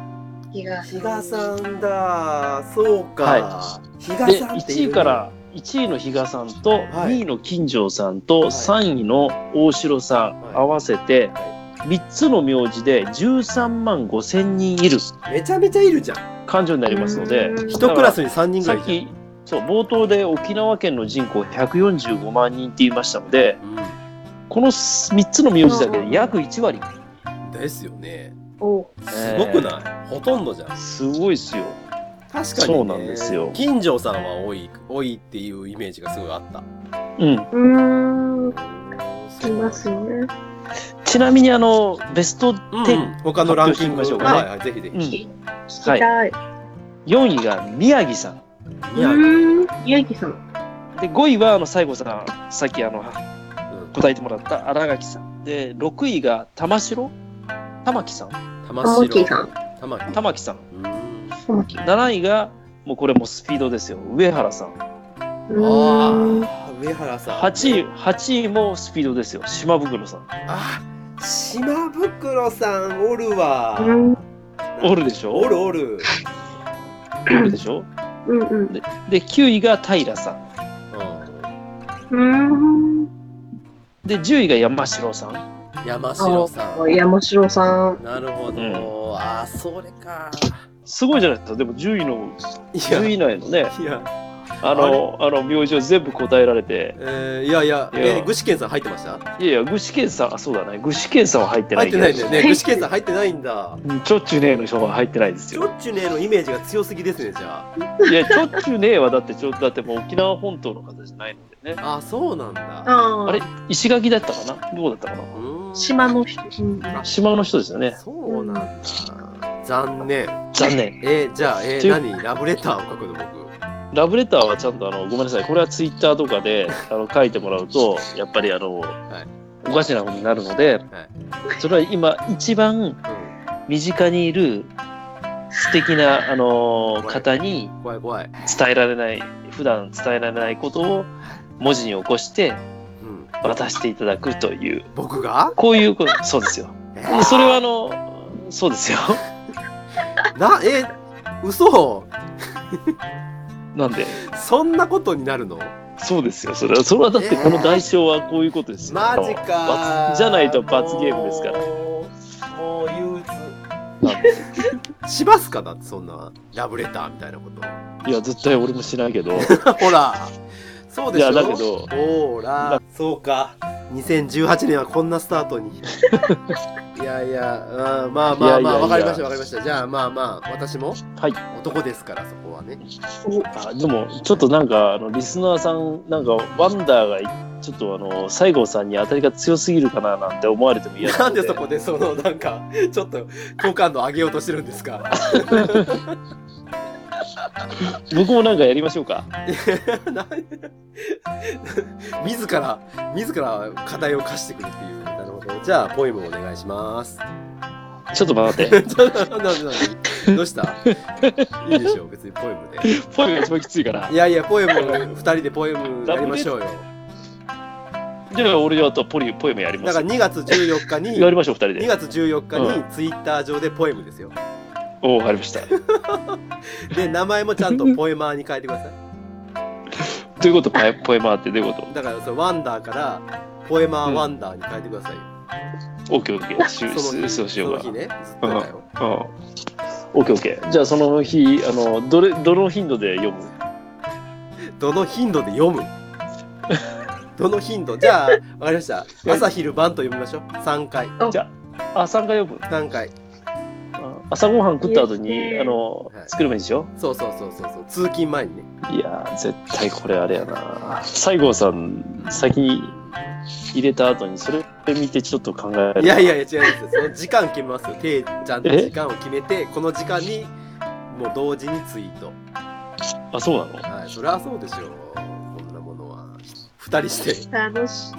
Speaker 4: 日が
Speaker 2: 比嘉さんだ。そうか。
Speaker 3: は
Speaker 2: 比嘉
Speaker 3: で、
Speaker 2: さんってい
Speaker 3: 1
Speaker 2: る
Speaker 3: 位から、1位の比嘉さんと、
Speaker 2: はい
Speaker 3: 2位の金城さん
Speaker 2: は
Speaker 3: と、
Speaker 2: い
Speaker 3: 3位の大城さん、
Speaker 2: はい
Speaker 3: 合わせて
Speaker 2: は、
Speaker 3: 3つの名字で13万5千人いる
Speaker 2: めちゃめちゃいるじゃん。
Speaker 3: 感情になりますので、
Speaker 2: 一クラスに3人ぐ
Speaker 3: さ
Speaker 2: らいい
Speaker 3: っ
Speaker 2: るじ
Speaker 3: き、そう、冒頭で沖縄県の人口145万人って言いましたので、
Speaker 2: ゃん。
Speaker 3: この3つの名字だけで約1割。
Speaker 2: うん。ですよね。
Speaker 4: お
Speaker 2: すごくない、ほとんどじゃん。
Speaker 3: すごいですよ。
Speaker 2: 確
Speaker 3: かにねそうなんですよ
Speaker 2: 金城さんは多い、多いっていうイメージがすごいあった。
Speaker 3: うん。
Speaker 4: うー
Speaker 2: い
Speaker 4: ん。いますよね。
Speaker 3: ちなみに、あの、ベスト
Speaker 2: うん
Speaker 3: 10、
Speaker 2: 他のランキング
Speaker 3: 発表してみましょう
Speaker 2: は
Speaker 3: かね
Speaker 2: いはい、ぜひぜ
Speaker 3: うん
Speaker 2: ひ。
Speaker 4: 聞き
Speaker 3: はい
Speaker 4: たい。
Speaker 3: 4位が宮城さん。
Speaker 4: う
Speaker 2: 宮城
Speaker 4: ーん。宮城さん。
Speaker 3: で5位はあの西郷さんさっきあの
Speaker 2: うん
Speaker 3: 答えてもらった新垣さんで6位が玉城玉木さん
Speaker 2: 玉
Speaker 4: 玉木
Speaker 2: 城
Speaker 4: さん。
Speaker 2: 玉木
Speaker 3: 玉木さん
Speaker 2: うんあ
Speaker 4: 玉木。う
Speaker 3: 7位がもうこれもスピードですよ上原さん
Speaker 4: ーん。
Speaker 2: あ上原さん
Speaker 3: 8
Speaker 2: 位
Speaker 3: 位8位もスピードですよ島袋さん
Speaker 2: あ島袋さんおる
Speaker 4: う
Speaker 2: わ
Speaker 4: ん
Speaker 3: おるでしょ
Speaker 2: おるおる
Speaker 3: おるでしょ
Speaker 4: うんうん。
Speaker 3: で、9位が平さん。
Speaker 4: う
Speaker 3: で、10位が山城さん。
Speaker 2: 山城さ
Speaker 4: ーん。山城さん。
Speaker 2: ん。なるほど。
Speaker 3: う
Speaker 2: ああ、それか。
Speaker 3: すごいじゃないですか。でも10位の、
Speaker 2: い
Speaker 3: 10位以内のね、
Speaker 2: いや、
Speaker 3: あの、あの、名字を全部答えられて、
Speaker 2: えー、いやいや、
Speaker 3: いや
Speaker 2: えー、具志堅さん入ってました
Speaker 3: いやいや、具志堅さん、あ、そうだね。具志堅さんは入ってない
Speaker 2: 入ってないんだよ ね。
Speaker 4: 入
Speaker 2: 具
Speaker 4: っ
Speaker 2: 志堅さん入ってないんだ。
Speaker 3: うんちょっちゅうねえの人は入ってないです
Speaker 2: ちょ
Speaker 3: よ。
Speaker 2: っちゅねのイメージが強すぎですね、じゃあ。
Speaker 3: いや、ちょっちゅうねえはだって、ちょだってもう沖縄本島の方じゃないのでね。
Speaker 2: ああ、そうなんだ。
Speaker 4: あ
Speaker 3: あれ、石垣だったかなどうだったか
Speaker 2: う
Speaker 3: な
Speaker 2: ーん。
Speaker 4: 島の人。うん
Speaker 3: 島の人ですよね。
Speaker 2: そうなんだ。残念。
Speaker 3: 残念。
Speaker 2: えー、じゃあ、え
Speaker 3: っ
Speaker 2: ー、
Speaker 3: ていう
Speaker 2: 何ラブレターを書くの僕。
Speaker 3: ラブレターはちゃんとあのごめんなさい、これはツイッターとかであの書いてもらうと、やっぱりあの、おかしなことになるので、それは今、一番
Speaker 2: う
Speaker 3: 身近にいる素敵なあの方に
Speaker 2: ん。怖い怖い。
Speaker 3: 伝えられない、普段伝えられないことを文字に起こして
Speaker 2: うん。
Speaker 3: 渡していただくという、
Speaker 2: 僕が
Speaker 3: こういうこと、そうですよ。
Speaker 2: え
Speaker 3: で
Speaker 2: ー
Speaker 3: それはあの、そうですよ。
Speaker 2: な、えー、嘘
Speaker 3: なんで、
Speaker 2: そんなことになるの
Speaker 3: そうですよ。それは、それはだってこの代償はこういうことですよ。
Speaker 2: マジかー
Speaker 3: 罰じゃないと罰ゲームですから。
Speaker 2: もうもう憂鬱
Speaker 3: なんで
Speaker 2: しますかだってそんなラブレターみたいなこと
Speaker 3: いや、絶対俺もしないけど。
Speaker 2: ほらそうで
Speaker 3: い
Speaker 2: しょ
Speaker 3: や、だけど、
Speaker 2: ほらそうか2018年はこんなスタート にいやいや、うん、まあまあ
Speaker 3: いやい
Speaker 2: まあ
Speaker 3: やいや
Speaker 2: わかりましたわかりましたじゃあまあまあ私も
Speaker 3: はい。
Speaker 2: 男ですからそこはね
Speaker 3: あでも、ちょっとなんか、あの、リスナーさん、なんか、ワンダーがい、ちょっとあの、西郷さんに当たりが強すぎるかななんて思われても嫌
Speaker 2: な
Speaker 3: なんの
Speaker 2: でそこでそのなんかちょっと好感度上げようとしてるんですか
Speaker 3: 僕もなんかやりましょうか。
Speaker 2: なん自ら自ら課題を課してくるっていうなるほどじゃあポエムお願いします
Speaker 3: ちょっと待って。
Speaker 2: ちょっと なんでなんでどうしたいいでし ょう別にポエムで
Speaker 3: ポエムが一番きついから
Speaker 2: い。やいやポエム2人でポエムやりましょうよ
Speaker 3: じゃあ、俺はとポリ、ポエムやりま
Speaker 2: だ
Speaker 3: す
Speaker 2: から。2月14日に
Speaker 3: やりましょう、二人
Speaker 2: 2
Speaker 3: で。
Speaker 2: 月14日にツイッター上でポエムですよ
Speaker 3: おわかりました。
Speaker 2: で名前もちゃんとポエマーに変えてください
Speaker 3: ということ、ポエポエマーってどういうこ
Speaker 2: だからそのワンダーからポエマーワンダーに変えてくださいよ、
Speaker 3: とオッケーオッケー。しゅ
Speaker 2: その日
Speaker 3: そうしようか。
Speaker 2: その日ねずっとだよ
Speaker 3: うん。オッケーオッケー。じゃあ、その日、あの、どれ、どの頻度で読む
Speaker 2: どの頻度で読 むどの頻度じゃあわかりました朝昼晩と読みましょう3回
Speaker 3: あ、3回読む。
Speaker 2: 3回
Speaker 3: あ朝ごはん食った後に、
Speaker 4: えー
Speaker 3: あの
Speaker 2: は、い
Speaker 3: 作ればいいでしょ
Speaker 2: そうそうそうそうそう通勤前にね
Speaker 3: いやー、絶対これあれやな。西郷さん、先に入れた後に、それ見てちょっと考える。
Speaker 2: いやいやいや違うんですよその時間決めますよていちゃんと
Speaker 3: え
Speaker 2: 時間を決めてこの時間にもう同時にツイート
Speaker 3: あ、そうなの
Speaker 2: はいそりゃそうでしょうこんなものは2人して
Speaker 4: 楽しい。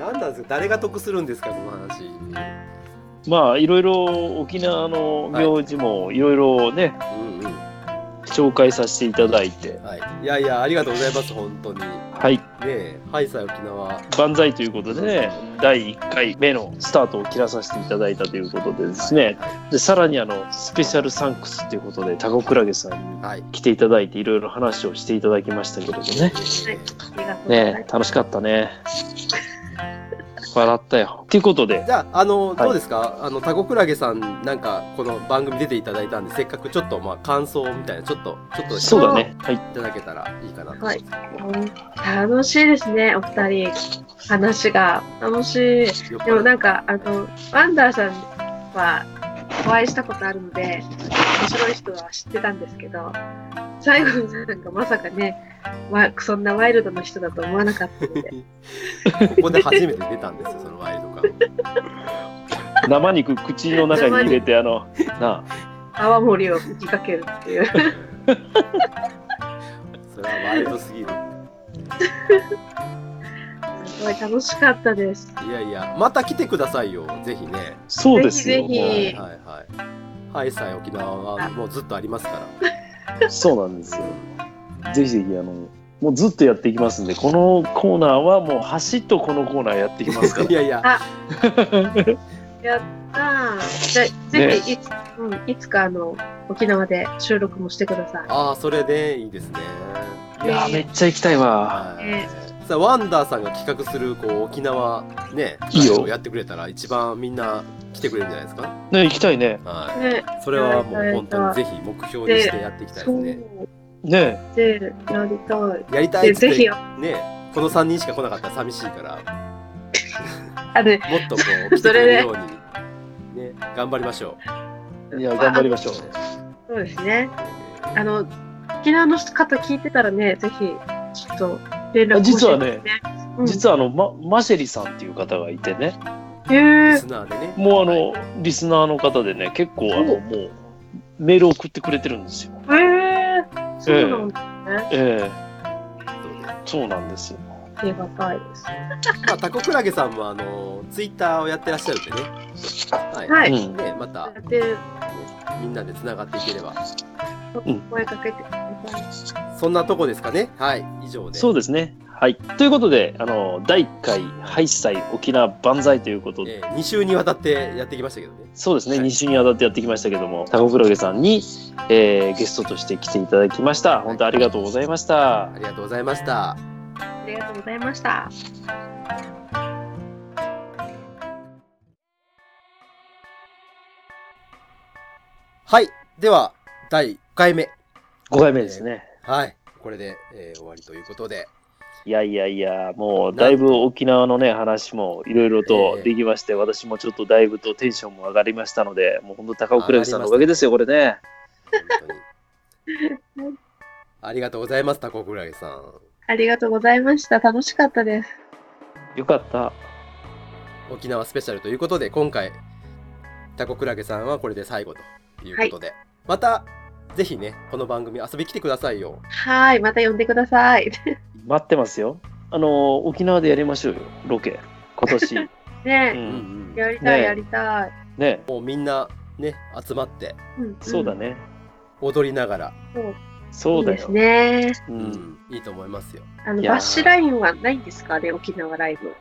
Speaker 2: 何なんですか誰が得するんですかこの話
Speaker 3: まあ、いろいろ沖縄の名字も、いろいろね、
Speaker 2: うんうん
Speaker 3: 紹介させていただいて、
Speaker 2: はいいやいやありがとうございます本当にね
Speaker 3: はい、
Speaker 2: えハイサイ沖縄
Speaker 3: 万歳ということでね、第1回目のスタートを切らさせていただいたということでですね、でさらにあの、スペシャルサンクスということで、タコクラゲさんに
Speaker 2: はい
Speaker 3: 来ていただいて、いろいろ話をしていただきましたけれどね。
Speaker 4: はいありがとうございま
Speaker 3: ね
Speaker 4: す。
Speaker 3: 楽しかったね。笑ったよ。ということで、
Speaker 2: じゃあ、あの、どうですかあの、タコクラゲさん、なんか、この番組出ていただいたんで、せっかくちょっと、まあ、感想みたいな、ちょっと、ちょっと、
Speaker 3: そうだね。はい。
Speaker 2: いただけたらいいかなと。
Speaker 4: はいうん楽しいですね、お二人。話が。楽しい。
Speaker 2: よっぽ
Speaker 4: で
Speaker 2: ど
Speaker 4: もなんか、あの、ワンダーさんはお会いしたことあるので、面白い人は知ってたんですけど、最後さんがまさかね、わそんなワイルドな人だと思わなかったので、
Speaker 2: ここで初めて出たんですよ、そのワイルド感。
Speaker 3: 生肉口の中に入れて、あの、なあ、
Speaker 4: 泡盛を吹きかけるっていう。
Speaker 2: それはワイルドすぎる。
Speaker 4: すごい楽しかったです。
Speaker 2: いやいや、また来てくださいよ、ぜひね。
Speaker 3: そうですよ。
Speaker 4: ぜ
Speaker 2: は
Speaker 4: ひぜえ
Speaker 2: いはい
Speaker 4: え
Speaker 2: はい。ハイサイ沖縄はもうずっとありますから。
Speaker 3: もうそうなんですよ。ぜひぜひ、あの、もうずっとやっていきますんで、このコーナーはもう走っとこのコーナーやっていきますか
Speaker 2: いやいや、
Speaker 4: やったー。じゃあ、ぜひいつ、うん、いつかあの、沖縄で収録もしてくださ
Speaker 2: ああ、それでいいですね。
Speaker 3: いやー、めっちゃ行きたいわ。
Speaker 2: は
Speaker 4: ね
Speaker 2: い。さあ、ワンダーさんが企画する、こう、沖縄、ね、
Speaker 3: いいよ
Speaker 2: ラジオやってくれたら、一番みんな来てくれるんじゃないですか。
Speaker 3: ね、行きたいね。
Speaker 4: い。
Speaker 2: は
Speaker 4: ね、
Speaker 2: い。それはもう本当にぜひ目標にしてやっていきたいで
Speaker 4: そ
Speaker 2: す
Speaker 4: う。
Speaker 2: ね。
Speaker 3: ね
Speaker 4: で、やりたい。
Speaker 2: やりたい
Speaker 4: で、
Speaker 2: っつって
Speaker 4: ぜひよ、
Speaker 2: ね、この3人しか来なかったら寂しいから、
Speaker 4: あのね、
Speaker 2: もっとこう、来てくれるように、ね、頑張りましょ
Speaker 3: いや、頑張りましょう。
Speaker 4: そうですね。
Speaker 2: う。
Speaker 4: あの、沖縄の方聞いてたらね、ぜひ、ちょっと連絡
Speaker 3: あ実はね
Speaker 4: 欲しいです、うん、
Speaker 3: 実はあの、ま、マシェリさんっていう方がいてね、
Speaker 4: へ
Speaker 2: リ
Speaker 4: え
Speaker 2: スナーでね。
Speaker 3: もうあの、リスナーの方でね、結構あの、もう、メールを送ってくれてるんですよ。
Speaker 4: へえそうなんだ。
Speaker 3: ええ
Speaker 2: そうです
Speaker 3: そうなんですよ。
Speaker 4: ありがたいです。
Speaker 2: まあ、タコクラゲさんもあのツイッターをやってらっしゃるんでね、はい
Speaker 4: はい
Speaker 3: うん
Speaker 2: ねまた、ね、
Speaker 4: で、
Speaker 2: みんなでつながっていければ、
Speaker 4: 声かけてください。
Speaker 2: そんなとこですかね、はい、以上で。
Speaker 3: そう
Speaker 2: う
Speaker 3: ですね。はい。ということで、あの、第1回、ハイサイ沖縄万歳ということで、
Speaker 2: え2週にわたってやってきましたけどね、
Speaker 3: そうですね、
Speaker 2: はい
Speaker 3: 2週にわたってやってきましたけども、タコクロゲさんに、えーゲストとして来ていただきました。本当ありがとうございました
Speaker 2: あ。りがとうございました。
Speaker 4: ありがとうございました。
Speaker 2: はい、では、第5回目、
Speaker 3: 5回目ですね。
Speaker 2: はい、これで、えー終わりということで、
Speaker 3: いやいやいや、もうだいぶ沖縄のね、話もいろいろとできまして、私もちょっとだいぶとテンションも上がりましたので、もう本当、高尾倉さんのおかげですよ、これね。
Speaker 2: 本当 に。ありがとうございます、タコクラゲさん。
Speaker 4: ありがとうございました。楽しかったです。
Speaker 3: よかった。
Speaker 2: 沖縄スペシャルということで今回タコクラゲさんはこれで最後ということで、またぜひねこの番組遊び来てくださいよ
Speaker 4: はい、また呼んでくださ い。
Speaker 3: 待ってますよ。あの、沖縄でやりましょうよ、ロケ。今年。う
Speaker 4: ね、
Speaker 3: ん、
Speaker 2: ん
Speaker 4: やりたい、
Speaker 3: ね
Speaker 4: やりたい。
Speaker 3: ね、
Speaker 2: もうみんなね集まって
Speaker 4: うん
Speaker 3: そうだ。ね。
Speaker 2: 踊りながら、
Speaker 4: そう
Speaker 3: そ
Speaker 4: いうい
Speaker 3: だ
Speaker 4: です
Speaker 3: よ。
Speaker 4: ね。
Speaker 3: う、
Speaker 2: うんんいいと思いますよ
Speaker 4: あの
Speaker 3: いやー
Speaker 4: バッシュラインはないんですかね、沖縄ライブ。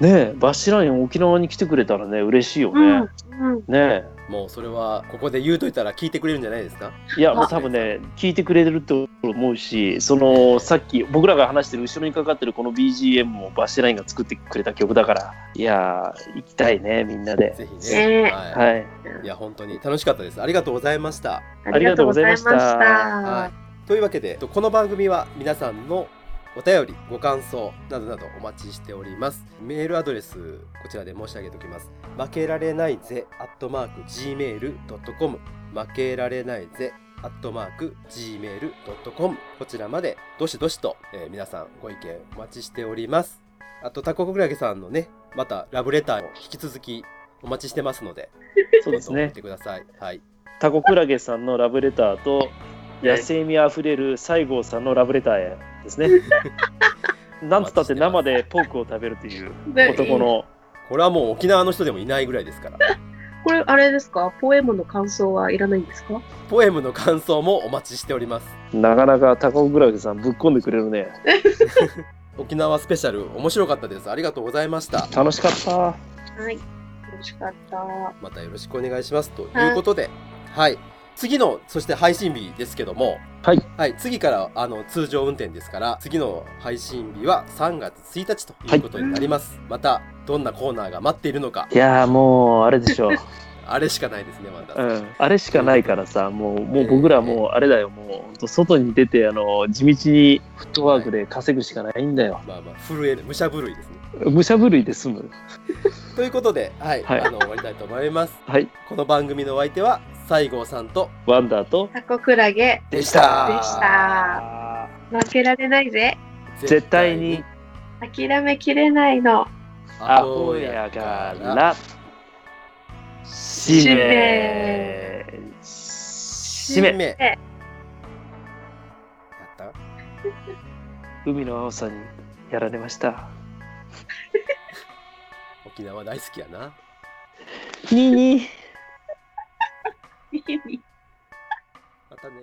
Speaker 3: ねバッシュライン沖縄に来てくれたらね、嬉しいよ
Speaker 4: う
Speaker 3: ね
Speaker 4: ん。、うん、
Speaker 3: ね
Speaker 2: もうそれはここで言うといたら聞いてくれるんじゃないですか
Speaker 3: いや、もう多分ね、聞いてくれると思うし、その、さっき僕らが話してる後ろにかかってるこの BGM もバッシュラインが作ってくれた曲だから、いやー、行きたいね、みんなで。
Speaker 2: ぜひね、
Speaker 4: ね
Speaker 2: はい
Speaker 3: はい。
Speaker 2: いや本当に楽しかったですありがとうございました
Speaker 4: ありがとうございまし
Speaker 3: ありがとうござい
Speaker 4: た。
Speaker 2: はい、というわけでこの番組は皆さんのお便りご感想などなどお待ちしておりますメールアドレスこちらで申し上げておきます負けられないぜアットマーク gmail.com 負けられないぜアットマーク gmail.com こちらまでどしどしと、えー皆さんご意見お待ちしておりますあとタコクラゲさんのねまたラブレターも引き続きお待ちしてますので
Speaker 3: そうです
Speaker 2: 送っ
Speaker 3: ね。
Speaker 2: てくださいはい
Speaker 3: タコクラゲさんのラブレターと、野生味あふれる西郷さんのラブレターへです ね。なんつったって生でポークを食べるという
Speaker 4: ね
Speaker 3: 男の、
Speaker 2: これはもう沖縄の人でもいないぐらいですから
Speaker 4: これあれですか、ポエムの感想はいらないんですか。
Speaker 2: ポエムの感想もお待ちしております。
Speaker 3: なかなかタコクラゲさんぶっ込んでくれるね。
Speaker 2: 沖縄スペシャル面白かったです。ありがとうございました。
Speaker 3: 楽しかった。
Speaker 4: はい、楽しかった。
Speaker 2: またよろしくお願いします。ということで、はい。次の、そして配信日ですけども、
Speaker 3: はい。
Speaker 2: 次から、あの、通常運転ですから、次の配信日は3月1日ということになります。また、どんなコーナーが待っているのか、
Speaker 3: いやーもうあれでしょう、
Speaker 2: あれしかないですね、まだ。
Speaker 3: うん、あれしかないからさもうもう僕らもうあれだよもうほんと外に出てあの地道にフットワークで稼ぐしかないんだよ
Speaker 2: まあまあ、震える、武者震いですね。
Speaker 3: 武者震いで済む
Speaker 2: ということで、はい。
Speaker 3: はい
Speaker 2: あの、終わりたいと思います。
Speaker 3: はい
Speaker 2: この番組のお相手は、西郷さんと、
Speaker 3: ワンダーと
Speaker 4: タコクラゲ
Speaker 2: でし
Speaker 4: で
Speaker 2: た
Speaker 4: した。負けられないぜ。
Speaker 3: 絶対に
Speaker 4: 諦めきれないの。
Speaker 3: アホやからしめし
Speaker 2: 締
Speaker 3: め
Speaker 2: めやった
Speaker 3: 海の青さにやられました
Speaker 2: 沖縄大好きやな
Speaker 3: にーにー
Speaker 2: またね